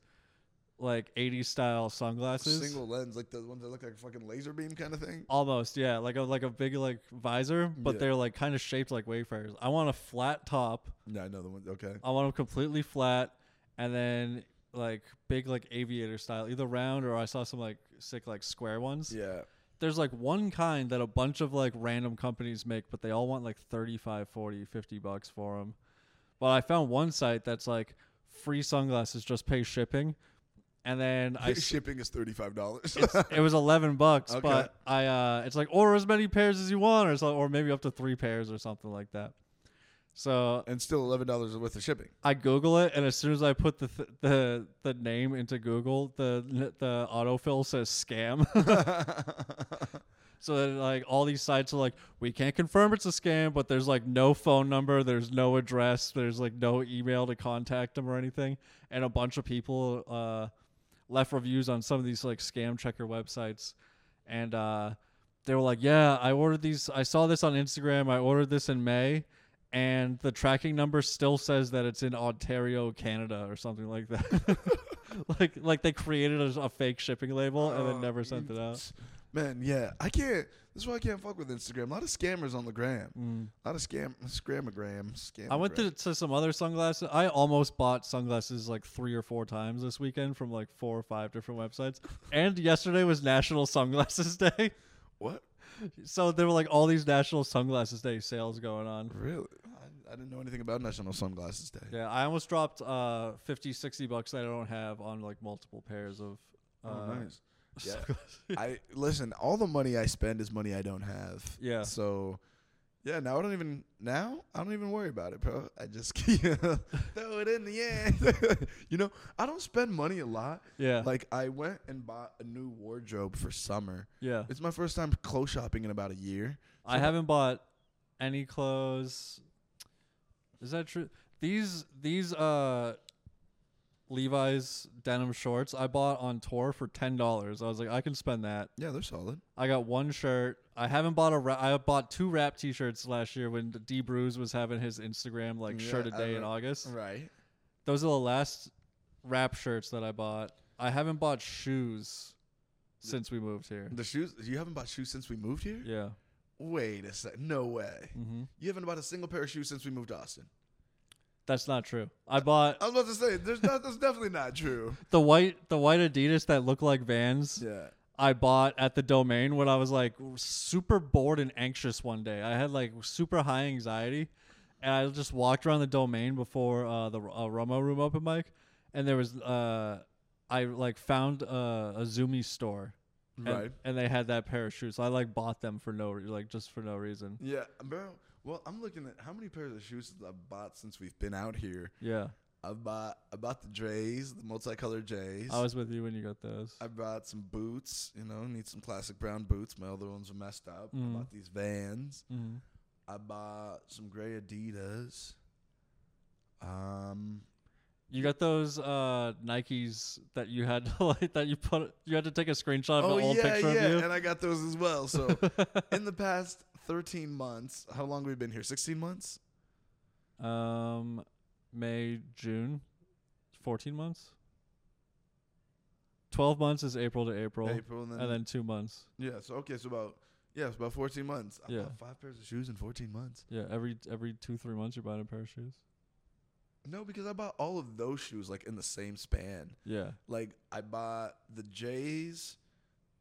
like 80s style sunglasses. Single lens, like the ones that look like a fucking laser beam kind of thing. Almost, yeah, like a like a big like visor, but Yeah. they're like kind of shaped like wayfarers. I want a flat top. Yeah, I know the one. Okay. I want them completely flat, and then like big like aviator style, either round or I saw some like sick like square ones. Yeah. There's like one kind that a bunch of like random companies make, but they all want like 35, 40, 50 bucks for them. But I found one site that's like free sunglasses, just pay shipping. And then <laughs> I s- Shipping is $35. <laughs> it was 11 bucks, Okay. but I uh it's like order as many pairs as you want or so, or maybe up to 3 pairs or something like that. So <laughs> and still eleven dollars worth of shipping. I Google it, and as soon as I put the th- the the name into Google, the the autofill says scam. <laughs> so then, like all these sites are like, we can't confirm it's a scam, but there's like no phone number, there's no address, there's like no email to contact them or anything, and a bunch of people uh, left reviews on some of these like scam checker websites, and uh, they were like, yeah, I ordered these, I saw this on Instagram, I ordered this in May and the tracking number still says that it's in Ontario, Canada, or something like that. <laughs> like like they created a, a fake shipping label and Oh, then never sent it out. Man, yeah, I can't. This is why I can't fuck with Instagram. A lot of scammers on the gram. Mm. A lot of scam, scramagram, scam. I went to, to some other sunglasses. I almost bought sunglasses like three or four times this weekend from like four or five different websites. and yesterday was National Sunglasses <laughs> Day, what? so there were like all these National Sunglasses Day sales going on. Really? I, I didn't know anything about National Sunglasses Day. Yeah, I almost dropped uh 50, 60 bucks that I don't have on like multiple pairs of. Uh, oh, <laughs> nice. Yeah. sunglasses. I listen. All the money I spend is money I don't have. Yeah. So, yeah. Now I don't even. Now I don't even worry about it, bro. I just <laughs> throw it in the end. <laughs> you know, I don't spend money a lot. yeah. Like I went and bought a new wardrobe for summer. yeah. It's my first time clothes shopping in about a year. I So- haven't bought any clothes. Is that true? These these uh Levi's denim shorts I bought on tour for ten dollars. I was like, I can spend that. Yeah, they're solid. I got one shirt. I haven't bought a. Ra- I bought two rap T-shirts last year when D Bruise was having his Instagram like Yeah, shirt a I day in re- August. Right. Those are the last rap shirts that I bought. I haven't bought shoes since we moved here. The shoes. You haven't bought shoes since we moved here. Yeah. Wait a sec. No way. Mm-hmm. You haven't bought a single pair of shoes since we moved to Austin. That's not true. I bought I was about to say, there's not, that's definitely not <laughs> true. the white the white Adidas that look like Vans Yeah. I bought at the domain when I was like super bored and anxious one day. I had like super high anxiety, and I just walked around the domain before uh, the uh, Romo Room open mic, and there was uh, I like found uh, a Zoomy store. and- Right. and they had that pair of shoes. So I like bought them for no, re- like just for no reason. Yeah, bro. Well, I'm looking at how many pairs of shoes I've bought since we've been out here. Yeah, I bought I bought the Jays, the multicolored Jays. I was with you when you got those. I bought some boots. You know, need some classic brown boots. My other ones are messed up. Mm. I bought these Vans. Mhm. I bought some gray Adidas. Um, You got those uh, Nikes that you had <laughs> to like that you put you had to take a screenshot of oh an old yeah, picture yeah, of you. and I got those as well. <laughs> So in the past 13 months, how long have we been here? 16 months. Um, May, June, fourteen months. Twelve months is April to April, April and then, and then two months. yeah. So okay, so about yeah, it's about 14 months. I Yeah. bought five pairs of shoes in 14 months. Yeah, every every two three months you're buying a pair of shoes. No, because I bought all of those shoes like in the same span. Yeah, Like I bought the J's,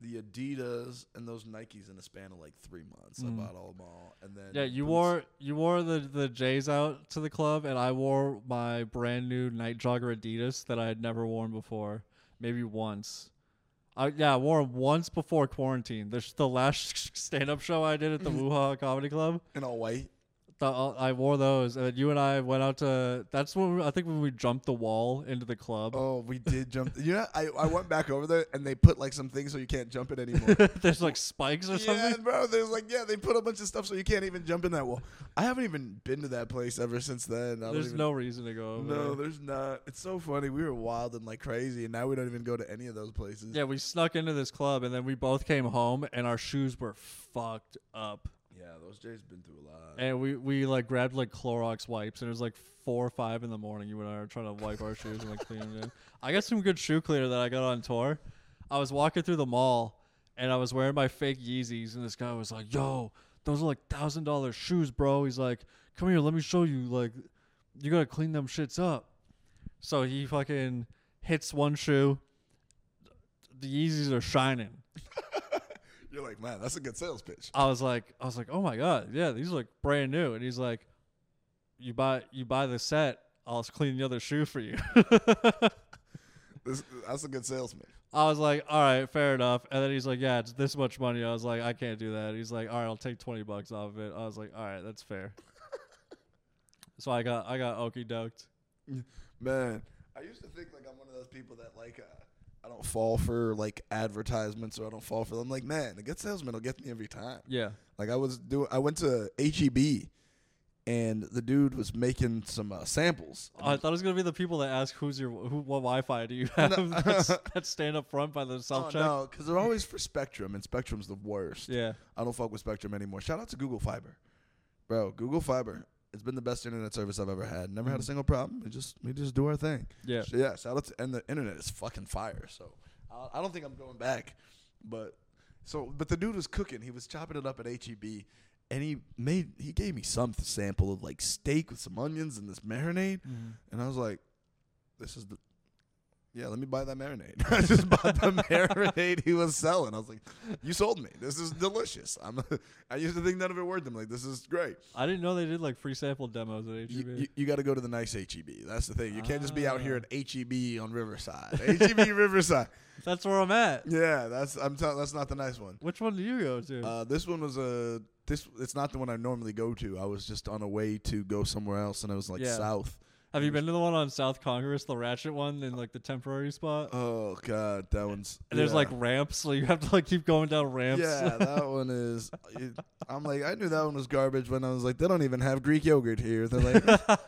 the Adidas, and those Nikes in a span of like three months. Mm. I bought all of them all, and then yeah. You boots. wore you wore the the J's out to the club, and I wore my brand new night jogger Adidas that I had never worn before, maybe once. I yeah, I wore 'em once before quarantine. The sh- the last <laughs> stand up show I <laughs> did at the Wuha Comedy Club. in all white. The, uh, I wore those, and you and I went out to. That's when we, I think when we jumped the wall into the club. Oh, we did <laughs> jump. you know, I, I went back over there and they put like some things so you can't jump it <laughs> anymore. <laughs> <laughs> There's like spikes or yeah, something. bro. There's like yeah, they put a bunch of stuff so you can't even jump in that wall. I haven't even been to that place ever since then. I don't There's even- no reason to go. Over No, there. there's not. It's so funny. We were wild and like crazy, and now we don't even go to any of those places. Yeah, we snuck into this club, and then we both came home, and our shoes were fucked up. Yeah, those J's been through a lot. And we we like grabbed like Clorox wipes, and it was like four or five in the morning. You and I were trying to wipe our shoes and like clean them. In. I got some good shoe cleaner that I got on tour. I was walking through the mall, and I was wearing my fake Yeezys, and this guy was like, "Yo, those are like thousand dollar shoes, bro." He's like, "Come here, let me show you. Like, you gotta clean them shits up." So he fucking hits one shoe. The Yeezys are shining. You're like, man, that's a good sales pitch. I was like, I was like, oh my god, yeah, these look brand new. And he's like, you buy you buy the set, I'll clean the other shoe for you. <laughs> This, that's a good salesman. I was like, all right, fair enough. And then he's like, yeah, it's this much money. I was like, <laughs> I can't do that. He's like, all right, I'll take twenty bucks off of it. I was like, all right, that's fair. So I got I got okey doked. Man, I used to think like I'm one of those people that like uh, I don't fall for like advertisements or I don't fall for them. Like man, the good salesman will get me every time. Yeah. Like I was doing, I went to HEB, and the dude was making some uh, samples. I thought it was gonna be the people that ask who's your who what Wi-Fi do you <laughs> have <laughs> No. that's, that stand up front by the self Oh check. no, because they're always for Spectrum, and Spectrum's the worst. Yeah, I don't fuck with Spectrum anymore. Shout out to Google Fiber, bro. Google Fiber, it's been the best internet service I've ever had. Never had a Mhm. single problem. We just we just do our thing. yeah. So, yeah. Shout out to and the internet is fucking fire. So I, I don't think I'm going back, but so but the dude was cooking. He was chopping it up at HEB, and he made he gave me some sample of like steak with some onions and this marinade, and I was like, this is the. Yeah, let me buy that marinade. <laughs> I just bought the marinade he was selling. I was like, "You sold me. This is delicious." I'm. <laughs> I used to think none of it worked. I'm like, "This is great." I didn't know they did like free sample demos at E You, HEB. you, got to go to the nice HEB. That's the thing. You can't just be out Ah. here at HEB on Riverside. <laughs> HEB Riverside. that's where I'm at. Yeah, that's I'm telling. That's not the nice one. Which one do you go to? Uh, this one was a this. It's not the one I normally go to. I was just on a way to go somewhere else, and I was like Yeah. south. have you been to the one on South Congress, the Ratchet one, in like the temporary spot? Oh God, that one's. and there's yeah. like ramps, so you have to like keep going down ramps. Yeah, that one is. it- I'm like, I knew that one was garbage when I was like, they don't even have Greek yogurt here. They're <laughs> like,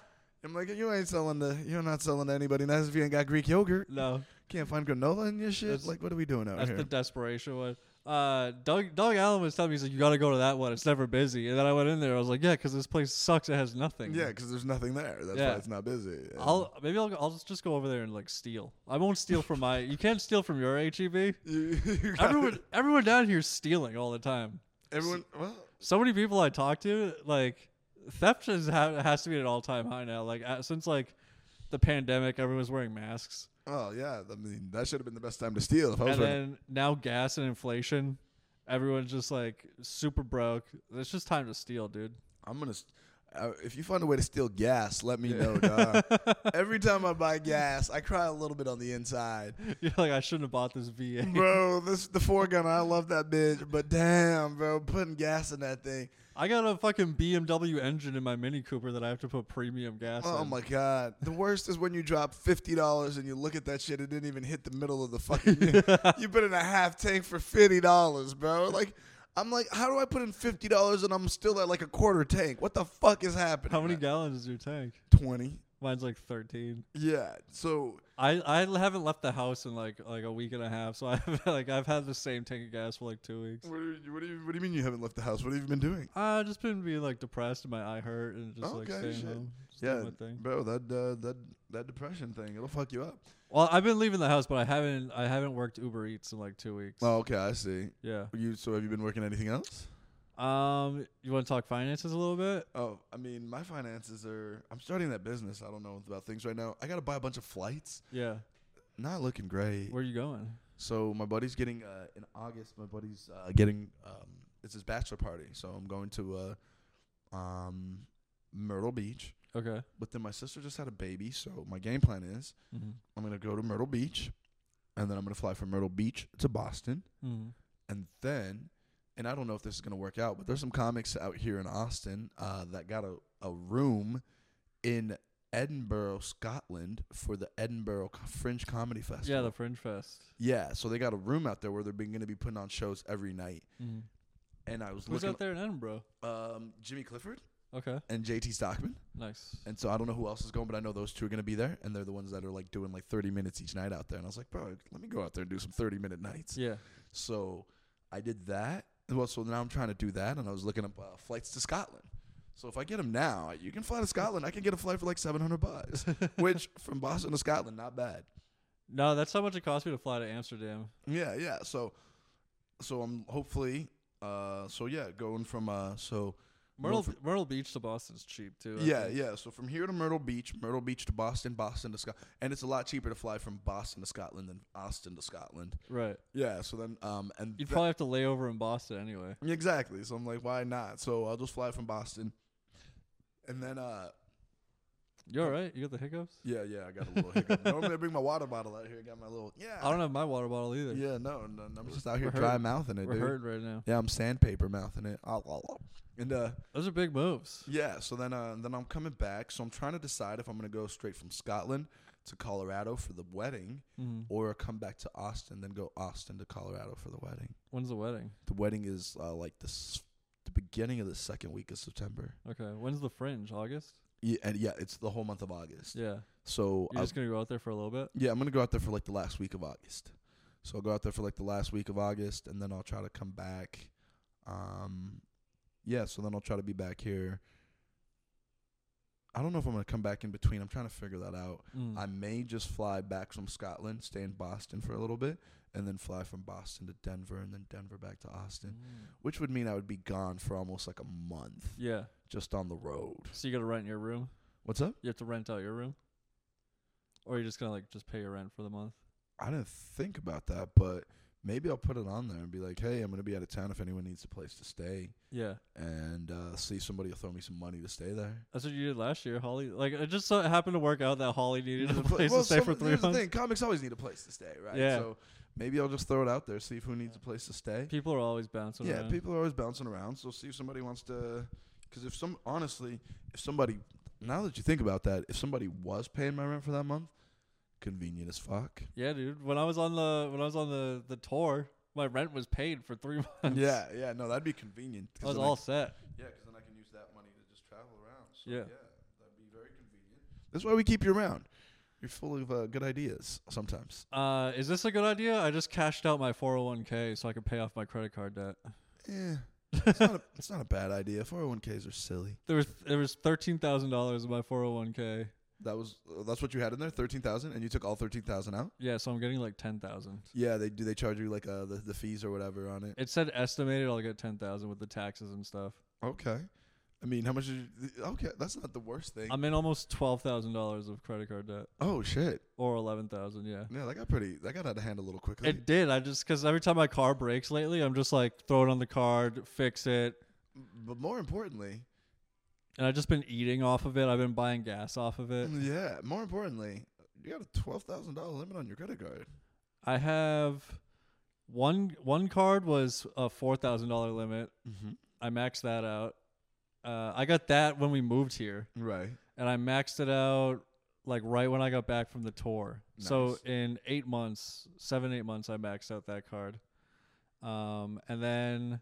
I'm like, you ain't selling the, you're not selling to anybody nice if you ain't got Greek yogurt. <laughs> no, Can't find granola in your shit. That's- like, what are we doing out that's here? the desperation one. Uh, Doug Doug Allen was telling me he's like, you got to go to that one. It's never busy. And then I went in there. I was like, yeah, because this place sucks. It has nothing. Yeah, 'cause there's nothing there. That's Yeah. why it's not busy. And- I'll maybe I'll, I'll just go over there and like steal. I won't steal from my. You can't steal from your HEB. <laughs> You- you <laughs> got- Everyone, everyone down here is stealing all the time. <laughs> everyone, well, So many people I talk to, like theft is ha- has to be at an all time high now. Like uh, since like the pandemic, everyone's wearing masks, oh yeah. I mean, that should have been the best time to steal. If I was and running. then now gas and inflation, everyone's just like super broke. It's just time to steal, dude. <laughs> I'm gonna. st- Uh, if you find a way to steal gas, let me know, dog. <laughs> Every time I buy gas, I cry a little bit on the inside. <laughs> You're like I shouldn't have bought this V8. bro. This the four gunner. I love that bitch, but damn, bro, putting gas in that thing. I got a fucking BMW engine in my Mini Cooper that I have to put premium gas. Oh in. my god, the worst is when you drop fifty dollars and you look at that shit. It didn't even hit the middle of the <laughs> fucking. you put in a half tank for fifty dollars, bro. Like. I'm like, how do I put in fifty dollars and I'm still at like a quarter tank? What the fuck is happening? How many gallons is your tank? Twenty. Mine's like 13. Yeah. So I, I haven't left the house in like like a week and a half, so I've <laughs> like I've had the same tank of gas for like two weeks. what do you what do you, what do you mean you haven't left the house? What have you been doing? I just been being like depressed and my eye hurt and just like Okay, staying shit. home. Just doing Yeah, my thing. bro, that uh, that that depression thing, it'll fuck you up. Well, I've been leaving the house, but I haven't I haven't worked Uber Eats in like two weeks. Oh, okay, I see. Yeah. You so have you been working anything else? Um, you want to talk finances a little bit? Oh, I mean, my finances are. I'm starting that business. I don't know about things right now. I got to buy a bunch of flights. Yeah. Not looking great. Where you going? So my buddy's getting uh, in August. My buddy's uh, getting. Um, it's his bachelor party, so I'm going to uh, um, Myrtle Beach. Okay. But then my sister just had a baby, so my game plan is Mm-hmm. I'm gonna go to Myrtle Beach, and then I'm gonna fly from Myrtle Beach to Boston, Mm-hmm. and then. And I don't know if this is gonna work out, but there's some comics out here in Austin uh, that got a, a room in Edinburgh, Scotland, for the Edinburgh Co- Fringe Comedy Festival. Yeah, the Fringe Fest. yeah. So they got a room out there where they're going to be putting on shows every night. Mm-hmm. And I was Who's out looking, there in Edinburgh? um, Jimmy Clifford Okay. and JT Stockman. Nice. And so I don't know who else is going, but I know those two are going to be there, and they're the ones that are like doing like 30 minutes each night out there. And I was like, bro, let me go out there and do some 30 minute nights. Yeah. So I did that. Well, so now I'm trying to do that, and I was looking up uh, flights to Scotland. So if I get them now, you can fly to Scotland. I can get a flight for like 700 <laughs> bucks, which from Boston to Scotland, not bad. No, that's how much it cost me to fly to Amsterdam. Yeah, yeah. So, so I'm hopefully, uh, so yeah, going from uh, so Myrtle Well, Myrtle Beach to Boston's cheap too. I yeah, think. yeah. So from here to Myrtle Beach, Myrtle Beach to Boston, Boston to Scotland, and it's a lot cheaper to fly from Boston to Scotland than Austin to Scotland. Right. Yeah. So then, um, and You'd tha- probably have to lay over in Boston anyway. Exactly. So I'm like, why not? So I'll just fly from Boston, and then uh, You all right? You got the hiccups? Yeah, yeah, I got a little <laughs> hiccup. Normally I bring my water bottle out here. I got my little yeah. I don't have my water bottle either. Yeah, no, no, no, I'm just out here We're dry hurting. mouthing it, We're dude. hurting right now. Yeah, I'm sandpaper mouthing it. Ah, la, la. And uh, Those are big moves. yeah, so then uh, then I'm coming back. So I'm trying to decide if I'm gonna go straight from Scotland to Colorado for the wedding, Mhm. or come back to Austin, then go Austin to Colorado for the wedding. When's the wedding? The wedding is uh, like this, the beginning of the second week of September. Okay. When's the fringe? August? Yeah, and yeah, it's the whole month of August. Yeah. So You're I- just gonna go out there for a little bit. yeah, I'm gonna go out there for like the last week of August. So I'll go out there for like the last week of August, and then I'll try to come back. Um, yeah, so then I'll try to be back here. I don't know if I'm gonna come back in between. I'm trying to figure that out. Mm. I may just fly back from Scotland, stay in Boston for a little bit, and then fly from Boston to Denver, and then Denver back to Austin, Mm. which would mean I would be gone for almost like a month Yeah. just on the road. So you gotta rent your room. What's up? You have to rent out your room. Or you're just gonna like just pay your rent for the month. I didn't think about that, but maybe I'll put it on there and be like, "Hey, I'm gonna be out of town. If anyone needs a place to stay, Yeah. and uh, see somebody will throw me some money to stay there." That's what you did last year, Holly. Like it just so happened to work out that <laughs> Holly needed a place Well, to stay some- for three here's months. the thing: comics always need a place to stay, right? Yeah. So maybe I'll just throw it out there, see if who needs a place to stay. People are always bouncing yeah, around. people are always bouncing around, so see if somebody wants to. Because if some, honestly, if somebody, now that you think about that, if somebody was paying my rent for that month, convenient as <laughs> fuck. Yeah, dude. When I was on the when I was on the the tour, my rent was paid for three <laughs> months. yeah, yeah, no, that'd be convenient. 'cause I was then I all set. Yeah, because then I can use that money to just travel around. So yeah, Yeah. that'd be very convenient. That's why we keep you around. You're full of uh, good ideas sometimes. Uh, is this a good idea? I just cashed out my 401k so I could pay off my credit card debt. Yeah, it's not a, it's not a bad idea. 401ks are silly. There was there was thirteen thousand dollars in my 401k. That was uh, that's what you had in there, thirteen thousand, and you took all thirteen thousand out. Yeah, so I'm getting like ten thousand. Yeah, they do. They charge you like uh, the the fees or whatever on it. It said estimated I'll get ten thousand with the taxes and stuff. Okay, I mean, how much? Did you, okay, that's not the worst thing. I'm in almost twelve thousand dollars of credit card debt, oh shit! or eleven thousand. Yeah, Yeah, that got pretty. That got out of hand a little quickly. it did. I just because every time my car breaks lately, I'm just like throw it on the card, fix it, but more importantly, and I've just been eating off of it. I've been buying gas off of Uh. it. Mm, yeah, more importantly, you got a twelve thousand dollar limit on your credit card. I have one one card was a four thousand dollar limit. Mm-hmm. I maxed that out. Uh, I got that when we moved here, Right. and I maxed it out like right when I got back from the tour. So Nice. in eight months, seven eight months, I maxed out that card. Um, and then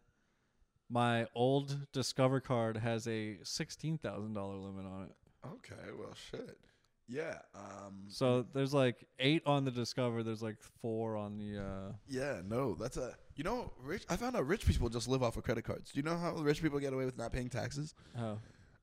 my old Discover card has a sixteen thousand dollar limit on it. Okay. Well, shit. Yeah. Um. So there's like eight on the Discover. There's like four on the. Uh, Yeah. No. That's a. You know, rich. I found out rich people just live off of credit cards. Do you know how rich people get away with not paying taxes? oh.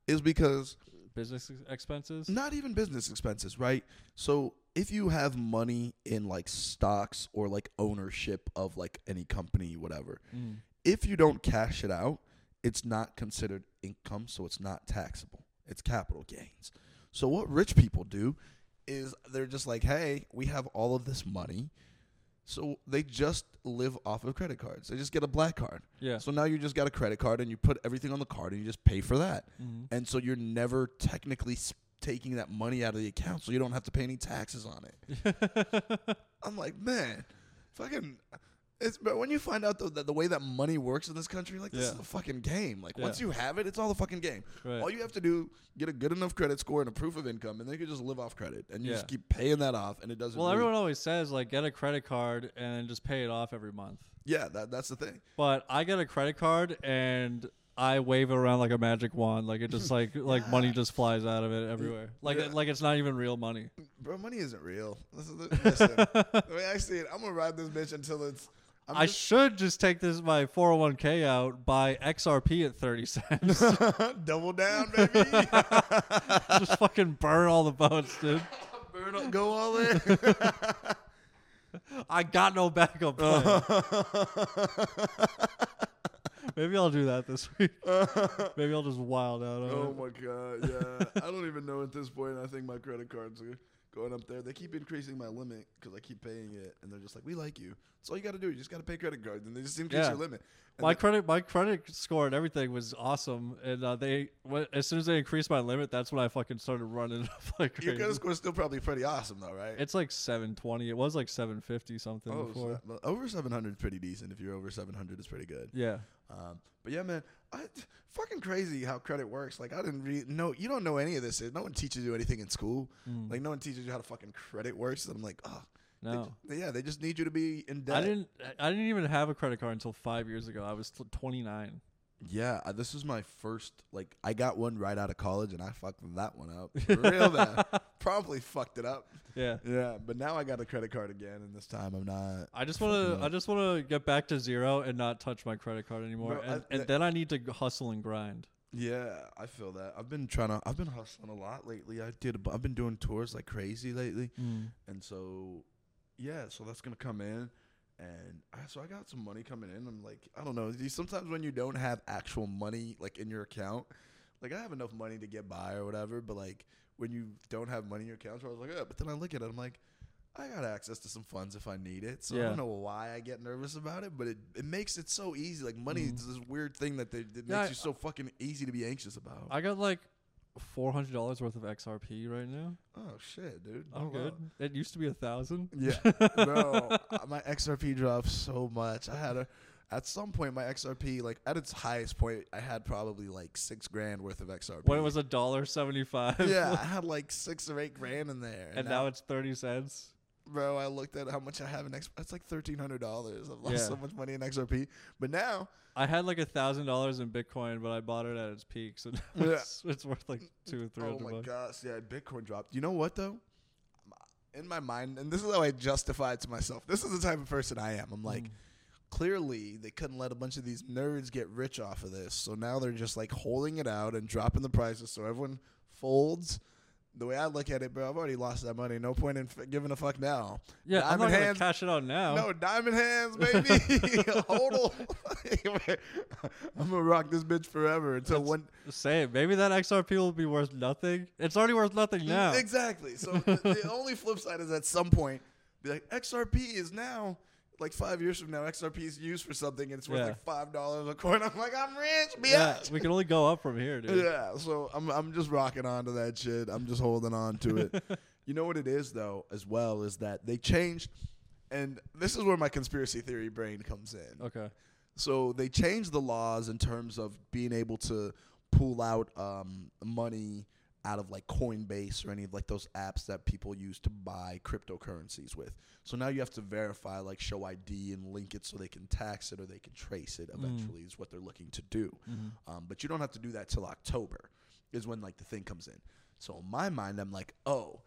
Is because business ex- expenses. not even business expenses, right? So if you have money in like stocks or like ownership of like any company, whatever, Mm. if you don't cash it out, it's not considered income, so it's not taxable. It's capital gains. So what rich people do is they're just like, "Hey, we have all of this money." So they just live off of credit cards. They just get a black card. Yeah. So now you just got a credit card and you put everything on the card and you just pay for that. Mhm. And so you're never technically s- taking that money out of the account, so you don't have to pay any taxes on it. <laughs> I'm like, man, fucking. It's but when you find out though that the way that money works in this country, like this Yeah. is a fucking game. Like once Yeah. you have it, it's all a fucking game. Right. All you have to do get a good enough credit score and a proof of income, and then you can just live off credit, and you Yeah. just keep paying that off, and it doesn't. well, really- everyone always says like get a credit card and just pay it off every month. Yeah, that, that's the thing. But I get a credit card and I wave it around like a magic wand, like it <laughs> just like like money just flies out of it everywhere. Like Yeah. like it's not even real money. Bro, money isn't real. This is the- <laughs> Listen, the way I see it, I'm gonna ride this bitch until it's. I'm I just- should just take this my 401k out, buy XRP at 30 cents. <laughs> double down, baby. just fucking burn all the boats, dude. Burn up, go all in. I got no <laughs> backup plan. Maybe I'll do that this <laughs> week. Maybe I'll just wild out on <laughs> Oh it. my god, yeah. I don't even know at this point. I think my credit cards are going up there. They keep increasing my limit because I keep paying it, and they're just like, "We like you." That's all you got to do. You just got to pay credit cards, and they just increase Yeah. your limit. And my the- credit my credit score and everything was awesome, and uh, they wh- as soon as they increased my limit, that's when I fucking started running <laughs> like your credit crazy. score is still probably pretty awesome, though, right? It's like seven twenty. It was like seven fifty something oh, before. snap. Well, over seven hundred is pretty decent. If you're over seven hundred, it's pretty good. Yeah, Um, but yeah, man, I, fucking crazy how credit works. Like I didn't really know. You don't know any of this. No one teaches you anything in school. Mm. Like no one teaches you how to fucking credit works. And I'm like, oh, they No. ju- they- yeah, they just need you to be in debt. I didn't. I didn't even have a credit card until five years ago. I was t- twenty nine. Yeah, uh, this was my first. Like, I got one right out of college, and I fucked that one up real <laughs> bad. Probably fucked it up. Yeah. Yeah, but now I got a credit card again, and this time I'm not. I just want to. I just want to get back to zero and not touch my credit card anymore. Bro, I- and, and that- then I need to g- hustle and grind. Yeah, I feel that. I've been trying to. I've been hustling a lot lately. I did. a bu- I've been doing tours like crazy lately, and so yeah, so that's gonna come in, and I, so I got some money coming in. I'm like, I don't know. you- Sometimes when you don't have actual money like in your account, like I have enough money to get by or whatever, but like when you don't have money in your account, so I was like, yeah. But then I look at it, I'm like. I got access to some funds if I need it, so I Yeah. don't know why I get nervous about it, but it, it makes it so easy. Like money is this weird thing that they, that Mm-hmm. Yeah, makes I- you so fucking easy to be anxious about. I got like four hundred dollars worth of XRP right now. oh shit, dude. I'm Oh, wow. good. It used to be a thousand. Yeah, <laughs> bro. uh, my XRP dropped so much. I had a, at some point, my XRP, like at its highest point, I had probably like six grand worth of XRP. When it was a dollar seventy five. <laughs> <laughs> Yeah, I had like six or eight grand in there. and now it's thirty cents. bro, I looked at how much I have in XRP. That's like thirteen hundred dollars. I've lost Yeah. so much money in XRP. But now, oh I had like a thousand dollars in Bitcoin, but I bought it at its peak, so <laughs> now Yeah. it's, it's worth like two or three oh hundred my bucks. gosh, yeah, Bitcoin dropped. You know what though? In my mind, and this is how I justify it to myself. This is the type of person I am. I'm Mm. like, clearly they couldn't let a bunch of these nerds get rich off of this, so now they're just like holding it out and dropping the prices so everyone folds. The way I look at it, bro, I've already lost that money. No point in f- giving a fuck now. Yeah, I'm not Diamond gonna hands, cash it out now. no, diamond hands, baby. <laughs> Hodl. <laughs> I'm gonna rock this bitch forever until one. Say it. Maybe that XRP will be worth nothing. It's already worth nothing now. Mm, <laughs> Exactly. So the, the <laughs> only flip side is at some point, be like XRP is now like five years from now, XRP is used for something and it's worth Yeah. like five dollars a coin. <laughs> I'm like, I'm rich, Yeah, bitch. we can only go up from here, dude. Yeah, so I'm I'm just rocking on to that shit. I'm just holding on to it. <laughs> you know what it is though, as well, is that they changed and this is where my conspiracy theory brain comes in. Okay. So they changed the laws in terms of being able to pull out um, money out of like Coinbase or any of like those apps that people use to buy cryptocurrencies with. So now you have to verify, like show ID and link it so they can tax it or they can trace it eventually, is what they're looking to do. Um, but you don't have to do that till October, is when like the thing comes in. So in my mind, I'm like, oh,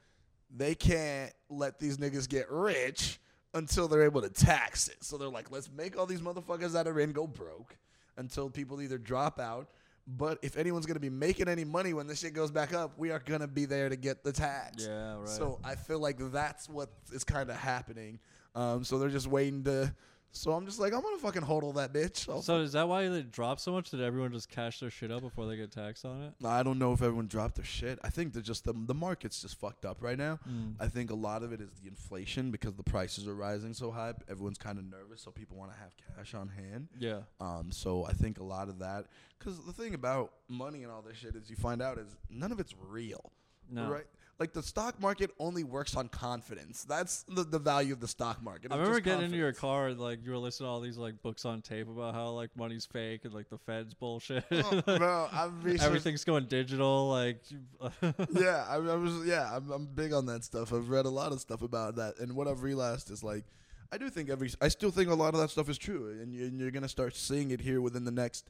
they can't let these niggas get rich until they're able to tax it. So they're like, let's make all these motherfuckers that are in go broke until people either drop out. But if anyone's gonna be making any money when this shit goes back up, we are gonna be there to get the tax. Yeah, right. So I feel like that's what is kind of happening. Um, so they're just waiting to. So I'm just like, I'm gonna fucking hodl that bitch. I'll So is that why they dropped so much? Did everyone just cash their shit up before they get taxed on it? I don't know if everyone dropped their shit. I think they're just the the market's just fucked up right now. Mm. I think a lot of it is the inflation because the prices are rising so high. Everyone's kind of nervous, so people want to have cash on hand. Yeah. Um, so I think a lot of that, because the thing about money and all this shit is you find out is none of it's real, No. right? Like the stock market only works on confidence. That's the, the value of the stock market. I It's remember just getting into your confidence. car and like you were listening to all these like books on tape about how like money's fake and like the Fed's bullshit. <laughs> Oh, bro, I've researched Everything's going digital. Like, you- <laughs> <laughs> yeah, I, I was. Yeah, I'm, I'm big on that stuff. I've read a lot of stuff about that, and what I've realized is like, I do think every. I still think a lot of that stuff is true, and, you, and you're gonna start seeing it here within the next,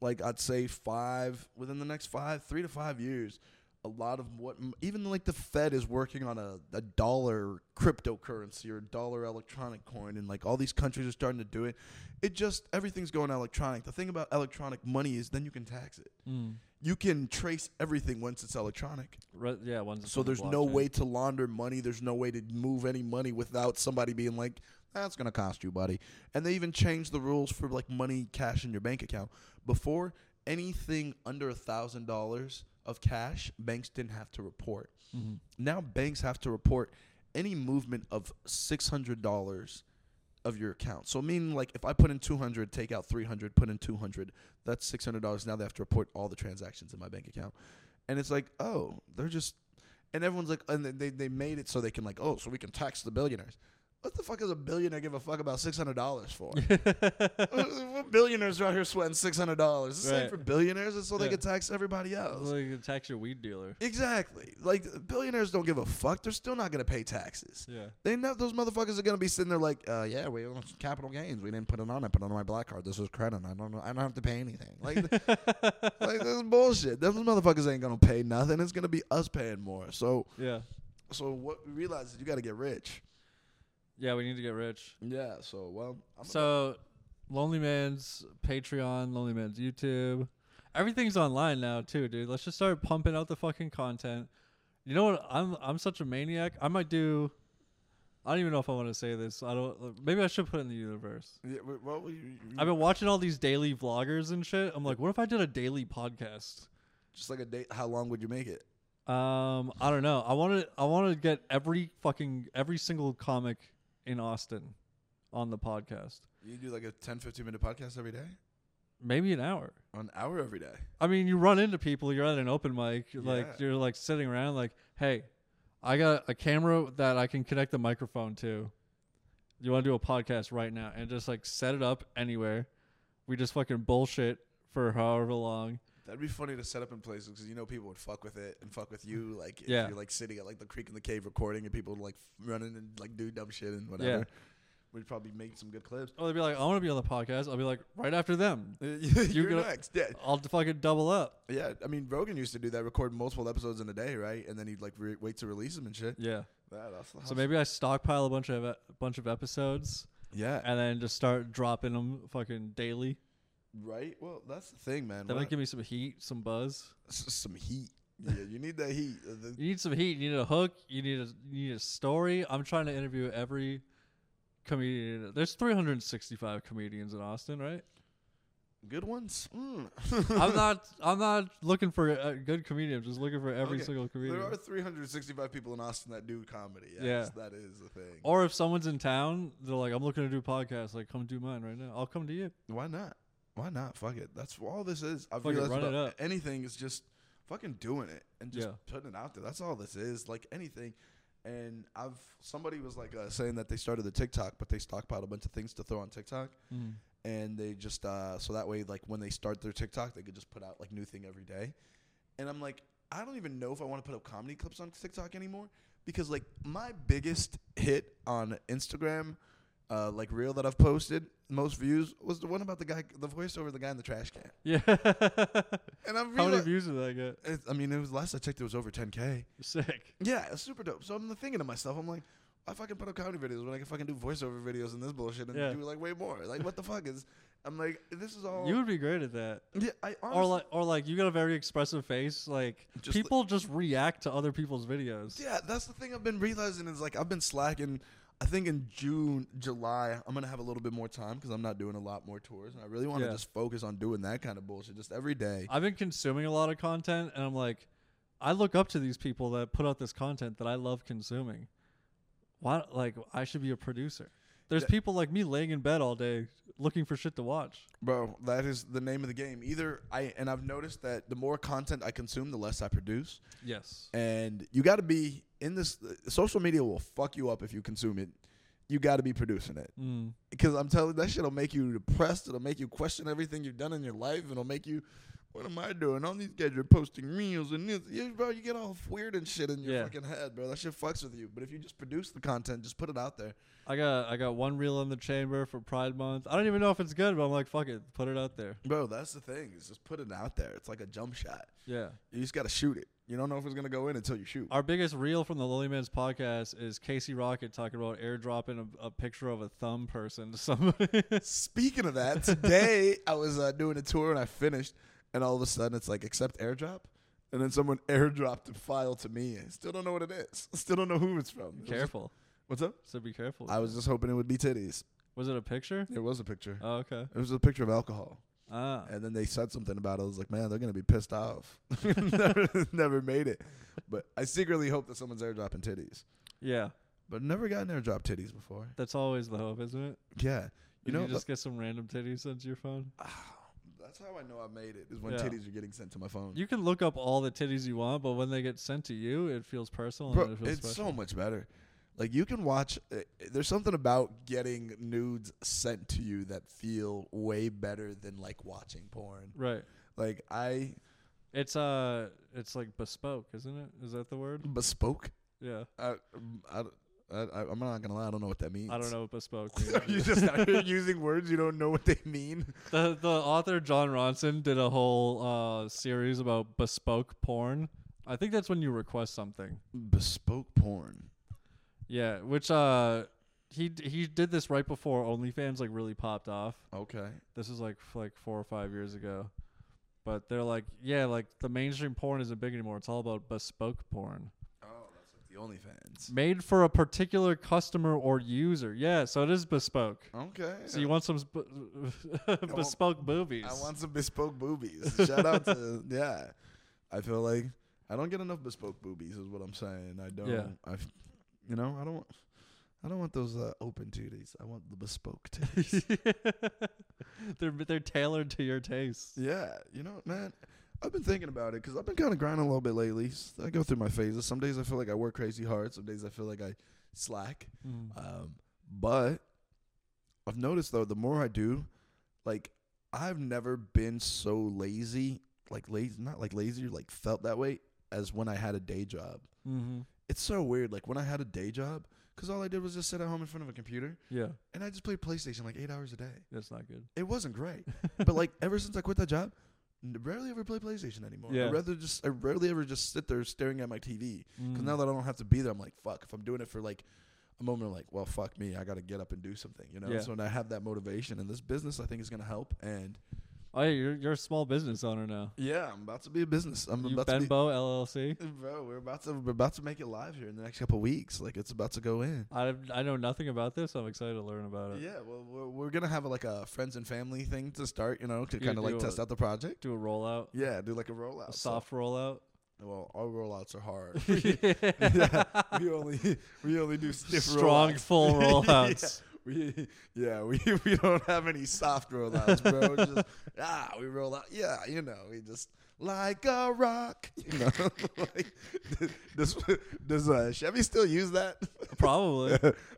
like I'd say five within the next five, three to five years. A lot of what even like the Fed is working on a, a dollar cryptocurrency or dollar electronic coin, and like all these countries are starting to do it. It just everything's going electronic. The thing about electronic money is then you can tax it. You can trace everything once it's electronic. Re- yeah, one's So there's no way to launder money. There's no way to move any money without somebody being like, "That's gonna cost you, buddy." And they even changed the rules for like money cash in your bank account. Before anything under a thousand dollars of cash, banks didn't have to report. Mm-hmm. Now banks have to report any movement of six hundred dollars of your account. So meaning like if I put in two hundred, take out three hundred, put in two hundred, that's six hundred dollars. Now they have to report all the transactions in my bank account. And it's like, oh, they're just and everyone's like and they they made it so they can like, oh, so we can tax the billionaires. What the fuck does a billionaire give a fuck about six hundred dollars <laughs> for? what billionaires are out here sweating six hundred dollars? It's the same Right. for billionaires, it's so they Yeah. can tax everybody else. like tax your weed dealer. Exactly. Like billionaires don't give a fuck. They're still not gonna pay taxes. Yeah. They know those motherfuckers are gonna be sitting there like, uh, yeah, we own capital gains. We didn't put it on. I put it on my black card. This was credit. I don't know. I don't have to pay anything. Like, <laughs> th- like this is bullshit. Those motherfuckers ain't gonna pay nothing. It's gonna be us paying more. So, Yeah. so what we realize is you gotta get rich. Yeah, we need to get rich. Yeah. So well, I'm So, Lonely Man's Patreon, Lonely Man's YouTube, everything's online now too, dude. Let's just start pumping out the fucking content. You know what? I'm I'm such a maniac. I might do. I don't even know if I want to say this. I don't. uh, Maybe I should put it in the universe. yeah, w- well, you, you- I've been watching all these daily vloggers and shit. I'm like, what if I did a daily podcast? just like a date. How long would you make it? Um, I don't know. I want to. I want to get every fucking every single comic in Austin on the podcast. You do like a 10, 15 minute podcast every day, Maybe an hour. an hour every day. I mean, you run into people. You're at an open mic. You're Like Yeah. you're like sitting around. Like, hey, I got a camera that I can connect the microphone to. You want to do a podcast right now and just like set it up anywhere. We just fucking bullshit for however long. That'd be funny to set up in places because you know people would fuck with it and fuck with you. Like if Mm-hmm. Yeah. you're like sitting at like the creek in the cave recording and people would, like running and like do dumb shit and whatever. We'd probably make some good <laughs> clips. Oh, they'd be like, I want to be on the podcast. I'll be like, right after them. <laughs> you're gonna- next. Yeah. I'll fucking double up. yeah. I mean, Rogan used to do that, record multiple episodes in a day, right? And then he'd like re- wait to release them and shit. Yeah. That, that's, that's, So maybe I stockpile a bunch of a bunch of episodes Yeah. and then just start dropping them fucking daily. Right? Well, that's the thing, man. That Why might not- give me some heat, some buzz. S- some heat. Yeah, you need that heat. Uh, the- <laughs> You need some heat. You need a hook. You need a you need a story. I'm trying to interview every comedian. There's 365 comedians in <laughs> Austin, right? good ones. Mm. <laughs> I'm not I'm not looking for a good comedian. I'm just looking for every Okay, single comedian. there are 365 people in Austin that do comedy. Yes, Yeah. that is the thing. Or if someone's in town, they're like, I'm looking to do podcasts. Like, come do mine right now. I'll come to you. Why not? Why not? Fuck it. That's all this is. I've Fuck it, realized run it about up. anything is just fucking doing it and just Yeah. putting it out there. That's all this is. Like anything. And I've somebody was like uh, saying that they started the TikTok, but they stockpiled a bunch of things to throw on TikTok, Mm. and they just uh, so that way like when they start their TikTok, they could just put out like new thing every day. And I'm like, I don't even know if I want to put up comedy clips on TikTok anymore because like my biggest hit on Instagram, uh, like reel that I've posted, most views was the one about the guy, the voiceover, of the guy in the trash can. <laughs> Yeah. And I'm How many really, views did I get? I mean, it was last I checked, it was over 10k. Sick. Yeah, it's super dope. So I'm thinking to myself, I'm like. I fucking put up comedy videos when I can fucking do voiceover videos and this bullshit and Yeah. do like way more. Like what the fuck is? I'm like this is all. You would be great at that. yeah, I honestly, Or like, or like, you got a very expressive face. Like Just li- people just react to other people's videos. Yeah, that's the thing I've been realizing is like I've been slacking. I think in June, July, I'm gonna have a little bit more time because I'm not doing a lot more tours, and I really want to Yeah. just focus on doing that kind of bullshit just every day. I've been consuming a lot of content, and I'm like, I look up to these people that put out this content that I love consuming. Why, like, I should be a producer. There's Yeah. people like me laying in bed all day looking for shit to watch. Bro, that is the name of the game. Either I and I've noticed that the more content I consume, the less I produce. Yes. And you got to be in this. uh, Social media will fuck you up if you consume it. You got to be producing it. Mm. Because I'm telling that shit'll make you depressed. It'll make you question everything you've done in your life. It'll make you, what am I doing? All these guys are posting reels and this, yeah, bro. You get all weird and shit in your Yeah. fucking head, bro. That shit fucks with you. But if you just produce the content, just put it out there. I got I got one reel in the chamber for Pride Month. I don't even know if it's good, but I'm like, fuck it, put it out there. Bro, that's the thing. Is just put it out there. It's like a jump shot. Yeah. You just gotta shoot it. You don't know if it's gonna go in until you shoot. Our biggest reel from the Lonely Man's podcast is Casey Rocket talking about airdropping a, a picture of a thumb person to somebody. <laughs> Speaking of that, today I was uh, doing a tour and I finished, and all of a sudden it's like accept airdrop, and then someone <laughs> airdropped a file to me. I still don't know what it is. Still don't know who it's from. It was just- careful. What's up? So be careful. I was just hoping it would be titties. was it a picture? It was a picture. Oh, okay. It was a picture of alcohol. Ah. And then they said something about it. I was like, man, they're gonna be pissed off. <laughs> never, never made it. But I secretly hope that someone's airdropping titties. yeah. But never gotten airdrop titties before. That's always the hope, isn't it? Yeah, you know, just get some random titties sent to your phone. that's how I know I made it. Is when Yeah. titties are getting sent to my phone. You can look up all the titties you want, but when they get sent to you, it feels personal. Bro, and it feels it's special. so much better. Like you can watch. Uh, there's something about getting nudes sent to you that feel way better than like watching porn. right. Like I It's uh, it's like bespoke, isn't it? Is that the word? bespoke. Yeah. I, um, I, I, I'm not gonna lie. I don't know what that means. <laughs> I don't know what bespoke. you means. just out here using words you don't know what they mean. the the author John Ronson did a whole uh series about bespoke porn. I think that's when you request something. Bespoke porn. Yeah, which uh, he d- he did this right before OnlyFans like really popped off. Okay. this is like f- like four or five years ago but they're like yeah like the mainstream porn isn't big anymore it's all about bespoke porn Oh, that's like the OnlyFans. made for a particular customer or user yeah so it is bespoke Okay. so you want some sp- <laughs> bespoke movies I <laughs> want some bespoke boobies. Shout out to <laughs> yeah. I feel like I don't get enough bespoke boobies is what I'm saying. I don't. Yeah. I, f- you know, I don't. want- I don't want those uh, open titties. I want the bespoke titties. they're they're tailored to your taste yeah, you know, man. I've been thinking about it because I've been kind of grinding a little bit lately. S- I go through my phases. Some days I feel like I work crazy hard. Some days I feel like I slack. Mm. Um, but I've noticed though, the more I do, like I've never been so lazy, like lazy, not like lazy, like felt that way as when I had a day job. Mhm. It's so weird. Like when I had a day job, because all I did was just sit at home in front of a computer yeah and I just played PlayStation like eight hours a day. that's not good It wasn't great, but <laughs> like ever since I quit that job. n- Rarely ever play PlayStation anymore. Yeah. I rather just I rarely ever just sit there staring at my TV because Mm. now that I don't have to be there, I'm like, fuck. If I'm doing it for like a moment, I'm like, well, fuck me. I got to get up and do something, you know. Yeah. So now I have that motivation, and this business I think is gonna help. And oh yeah, you're, you're a small business owner now yeah, I'm about to be a business. I'm you about to be, benbow llc <laughs> bro. We're about to we're about to make it live here in the next couple weeks. Like it's about to go in. <laughs> I, I know nothing about this i'm excited to learn about it Yeah, well, we're, we're gonna have like a friends and family thing to start, you know, to You kind of like do test a- out the project. do a rollout Yeah, do like a rollout. a So- soft rollout well, our rollouts are hard. <laughs> yeah. <laughs> yeah, we only we only <laughs> do stiff strong rollouts. full <laughs> rollouts. We yeah, we <laughs> we don't have any soft rollouts, bro. It's just <laughs> ah, we roll out. Yeah, you know, we just like a rock. <laughs> You know, like does does uh, Chevy still use that? <laughs> Probably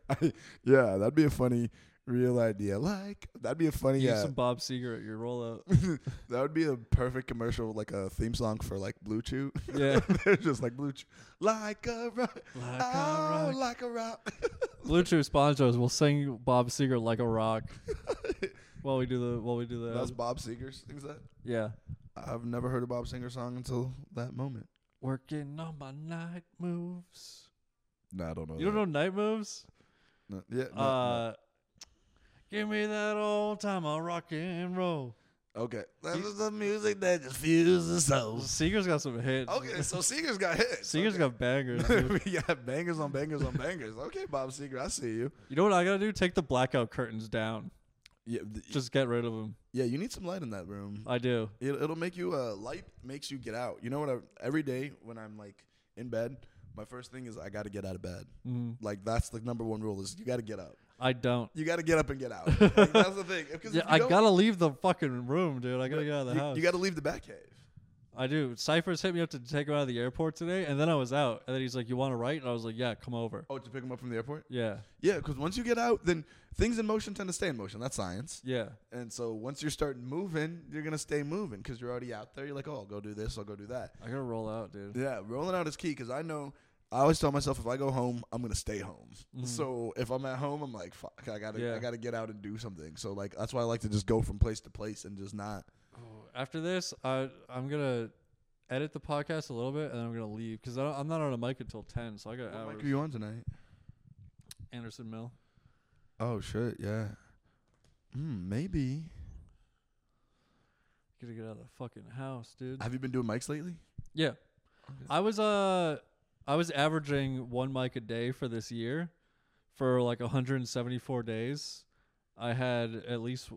I, yeah, that'd be a funny real idea. Like that'd be a funny. uh, use Yeah, some Bob Seger at your rollout. <laughs> that would be a perfect commercial, like a theme song for like Blue Chew. <laughs> Yeah, They're just like Blue Chew, like a rock, Like a oh, rock. like a rock. <laughs> Bluetooth sponsors will sing Bob Seger like <laughs> a rock while we do the while we do That's the Bob Seger's. Is that? yeah. I've never heard a Bob Singer song until that moment. Working on my night moves. No, I don't know. You don't know night moves? know? yeah. no, uh, give me that old time of rock and roll. no. Okay. That you- was the music that just fuels the soul. Seger's got some hits. Okay, <laughs> so Seeger's got hits. Seger's okay. <laughs> got bangers. dude. we got bangers on bangers on bangers. Okay, Bob Seger, I see you. you know what I gotta do? Take the blackout curtains down. Yeah, th- Just get rid of them. yeah. You need some light in that room. I do. It, it'll make you uh, light makes you get out. You know what? I, every day when I'm like in bed, my first thing is I got to get out of bed. Mm. Like that's the number one rule is you got to get up. I don't. You got to get up and get <laughs> out. Like, that's the thing. 'Cause if you Yeah, I don't- gotta leave the fucking room, dude. I gotta get out of the you, house. You got to leave the back cave. I do. Cyphers hit me up to take him out of the airport today, and then I was out. And then he's like, "You want to write?" And I was like, "Yeah, come over." Oh, to pick him up from the airport? Yeah, Yeah, because once you get out, then things in motion tend to stay in motion. That's science. yeah, And so once you start moving, you're going to stay moving because you're already out there. You're like, oh, I'll go do this, I'll go do that. I gotta roll out, dude. Yeah, rolling out is key because I know. I always tell myself if I go home, I'm gonna stay home. Mm. So if I'm at home, I'm like, fuck, I gotta, Mm-hmm. Yeah. I gotta get out and do something. So like that's why I like to just go from place to place and just not. Ooh, After this, I I'm gonna edit the podcast a little bit, and then I'm gonna leave because I'm not on a mic until ten, so I What got mic hours. are you on tonight? Anderson Mill. Oh shit, yeah. Hmm, maybe. Gotta get out of the fucking house, dude. Have you been doing mics lately? Yeah, I was uh, I was averaging one mic a day for this year, for like 174 days. I had at least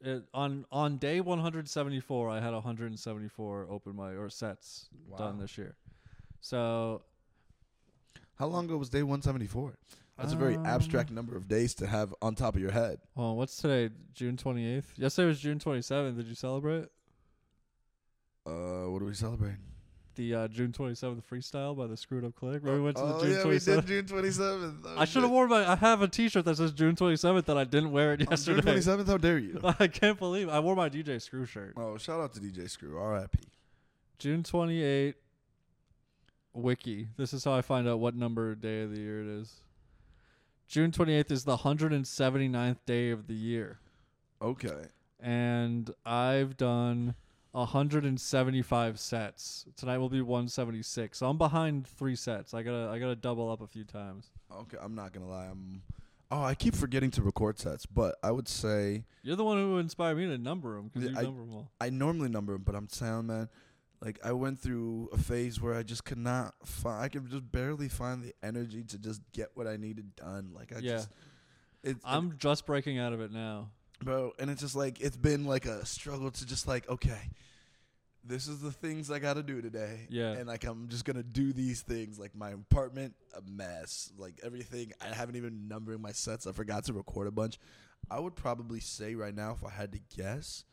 It, on on day 174, I had 174 open mic or sets done Wow. this year. So How long ago was day 174? That's a very Um, abstract number of days to have on top of your head. Well, what's today? June 28th? Yesterday was June 27th. Did you celebrate Uh, what are we celebrating? the uh, June 27th freestyle by the Screwed Up Click? Where we went to the oh June yeah, 27th. we did June 27th. Oh, I should have shit. worn my. I have a T-shirt that says June 27th that I didn't wear it On June yesterday. 27th. How dare you? <laughs> I can't believe I wore my DJ Screw shirt. Oh, shout out to DJ Screw. R.I.P. June 28th. Wiki. This is how I find out what number day of the year it is. June 28th is the 179th day of the year, Okay. and I've done 175 sets. Tonight will be 176. So I'm behind three sets. I gotta I gotta double up a few times. Okay. I'm not gonna lie. I'm. Oh, I keep forgetting to record sets, but I would say You're the one who inspired me to number them because Yeah, you I- number them all. I normally number them, but I'm sound man. Like I went through a phase where I just could not find. I could just barely find the energy to just get what I needed done. Like I Yeah. just. It's, I'm just breaking out of it now. bro and it's just like it's been like a struggle to just like okay this is the things i gotta do today Yeah. and like i'm just gonna do these things like my apartment a mess like everything i haven't even numbering my sets i forgot to record a bunch i would probably say right now if i had to guess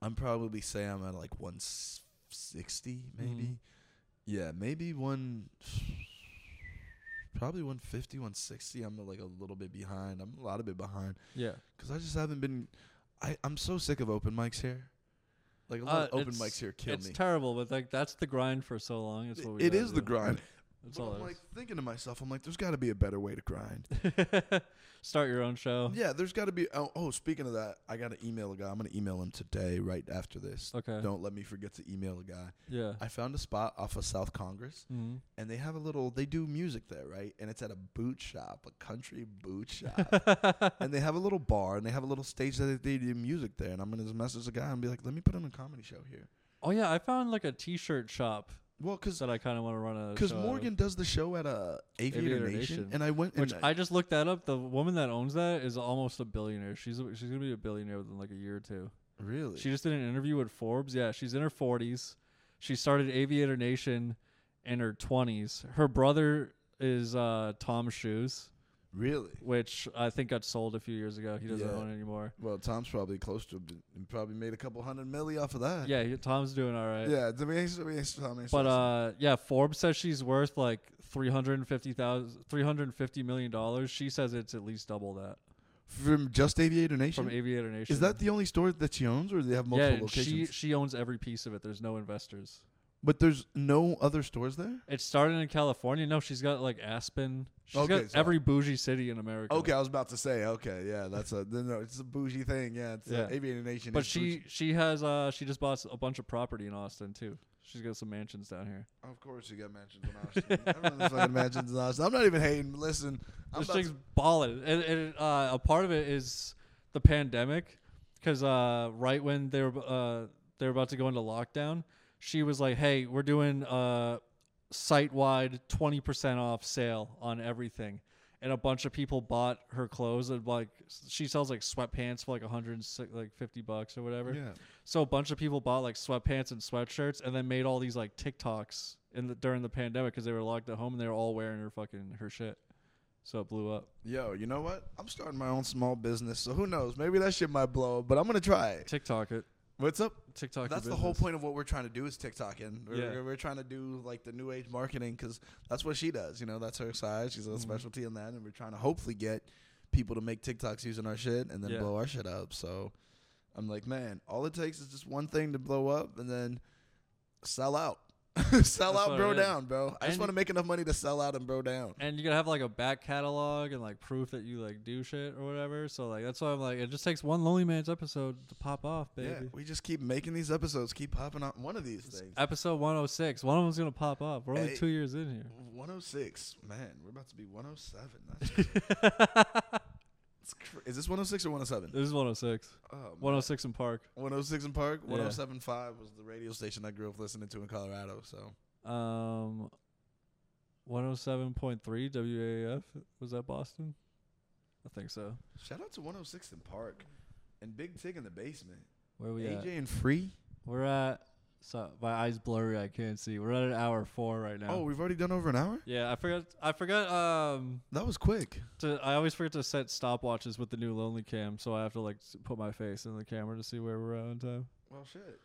i'm probably say i'm at like 160 maybe Mhm. yeah maybe one probably 150 160 i'm like a little bit behind i'm a lot of bit behind Yeah. because I just haven't been. I I'm so sick of open mics here. Like a lot of Uh, open it's- mics here kill it's me. terrible, but like that's the grind for so long. It's what we it gotta is the do. grind. That's But all I'm it like thinking to myself, I'm like, there's got to be a better way to grind. is. <laughs> Start your own show. yeah, there's got to be. Oh, oh, speaking of that, I got to email a guy. I'm gonna email him today, right after this. Okay. Don't let me forget to email a guy. Yeah. I found a spot off of South Congress, <laughs> Mhm. and they have a little. They do music there, right? And it's at a boot shop, a country boot shop. <laughs> and they have a little bar, and they have a little stage that they do music there. And I'm gonna just message the guy and be like, let me put on a comedy show here. Oh yeah, I found like a T-shirt shop Well, because that I kind of want to run a. show out of. Morgan does the show at uh, Aviator, uh, Aviator Nation, Nation. and I went Which and I just looked that up. The woman that owns that is almost a billionaire. She's a, she's gonna be a billionaire within like a year or two. really She just did an interview with Forbes. Yeah, she's in her 40s. She started Aviator Nation in her 20s. Her brother is uh, Tom Shoes, really. which I think got sold a few years ago. He doesn't Yeah. own <laughs> it anymore. Well, Tom's probably close to and probably made a couple hundred milli off of that. Yeah, he- Tom's doing all right. yeah. The main- the main- Tom is- But uh, yeah, Forbes says she's worth like 350,000 $350 million. dollars. She says it's at least double that from just Aviator Nation, from Aviator Nation. is that the only store that she owns, or do they have yeah, multiple and she, locations? she owns every piece of it. There's no investors. but there's no other stores there. It started in California. No, she's got like Aspen. She's Okay, got so- every bougie city in America. Okay, I was about to say. Okay, yeah, that's a <laughs> no, no, it's a bougie thing. Yeah, it's uh, Yeah. Aviator Nation. But is bougie. she she has uh she just bought a bunch of property in Austin too. She's got some mansions down here. of course, you got mansions in <laughs> Austin. Everyone fucking mansions in Austin. I'm not even hating. Listen, I'm this about thing's to, balling, and, and uh, a part of it is the pandemic, because uh, right when they were uh, they were about to go into lockdown, she was like, "Hey, we're doing uh, a site wide twenty percent off sale on everything," and a bunch of people bought her clothes. And like, she sells like sweatpants for like a hundred and si- like fifty bucks or whatever. yeah. So a bunch of people bought like sweatpants and sweatshirts, and then made all these like TikToks in the, during the pandemic because they were locked at home and they were all wearing her fucking her shit. So it blew up. Yo, you know what? I'm starting my own small business, so who knows? Maybe that shit might blow up, but I'm gonna try it. TikTok it. What's up? TikTok. That's the whole point of what we're trying to do is TikTok, and we're, Yeah. we're, we're trying to do like the new age marketing because that's what she does. You know, that's her side. She's a Mm-hmm. specialty in that, and we're trying to hopefully get people to make TikToks using our shit and then Yeah. blow our shit up. So I'm like, man, all it takes is just one thing to blow up, and then sell out, <laughs> sell That's out, what bro it is. down, bro. I just And- want to make enough money to sell out and bro down. And you gotta have like a back catalog and like proof that you like do shit or whatever. So like that's why I'm like it just takes one Lonely Man's episode to pop off, baby. Yeah, we just keep making these episodes, keep popping on one of these things. Episode 106. One of them's gonna pop up. We're only Hey. two years in here. 106, man, we're about to be 107. <laughs> That's it's cr- is this 106 or 107? this is 106. Oh, man. 106 in Park. 106 in Park. Yeah. 107.5 was the radio station I grew up listening to in Colorado. So Um, 107.3 WAF. Was that Boston? I think so. shout out to 106 in Park. and Big Tig in the basement. Where we at? AJ and Free. We're at. So my eyes blurry. I can't see. We're at an hour four right now. Oh, we've already done over an hour. Yeah, I forgot. I forgot. Um, That was quick. to I always forget to set stopwatches with the new Lonely Cam, so I have to like s- put my face in the camera to see where we're at on time. Well, shit.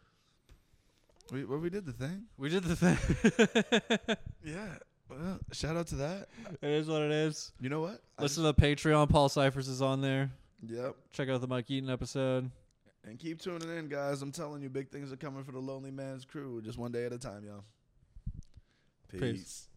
We well, we did the thing. We did the thing. <laughs> Yeah. Well, shout out to that. it is what it is. You know what? I Listen to the Patreon. Paul Cyphers is on there. just- yep. Check out the Mike Eaton episode. And keep tuning in, guys. I'm telling you, big things are coming for the Lonely Man's crew, just one day at a time, y'all. Peace. Peace.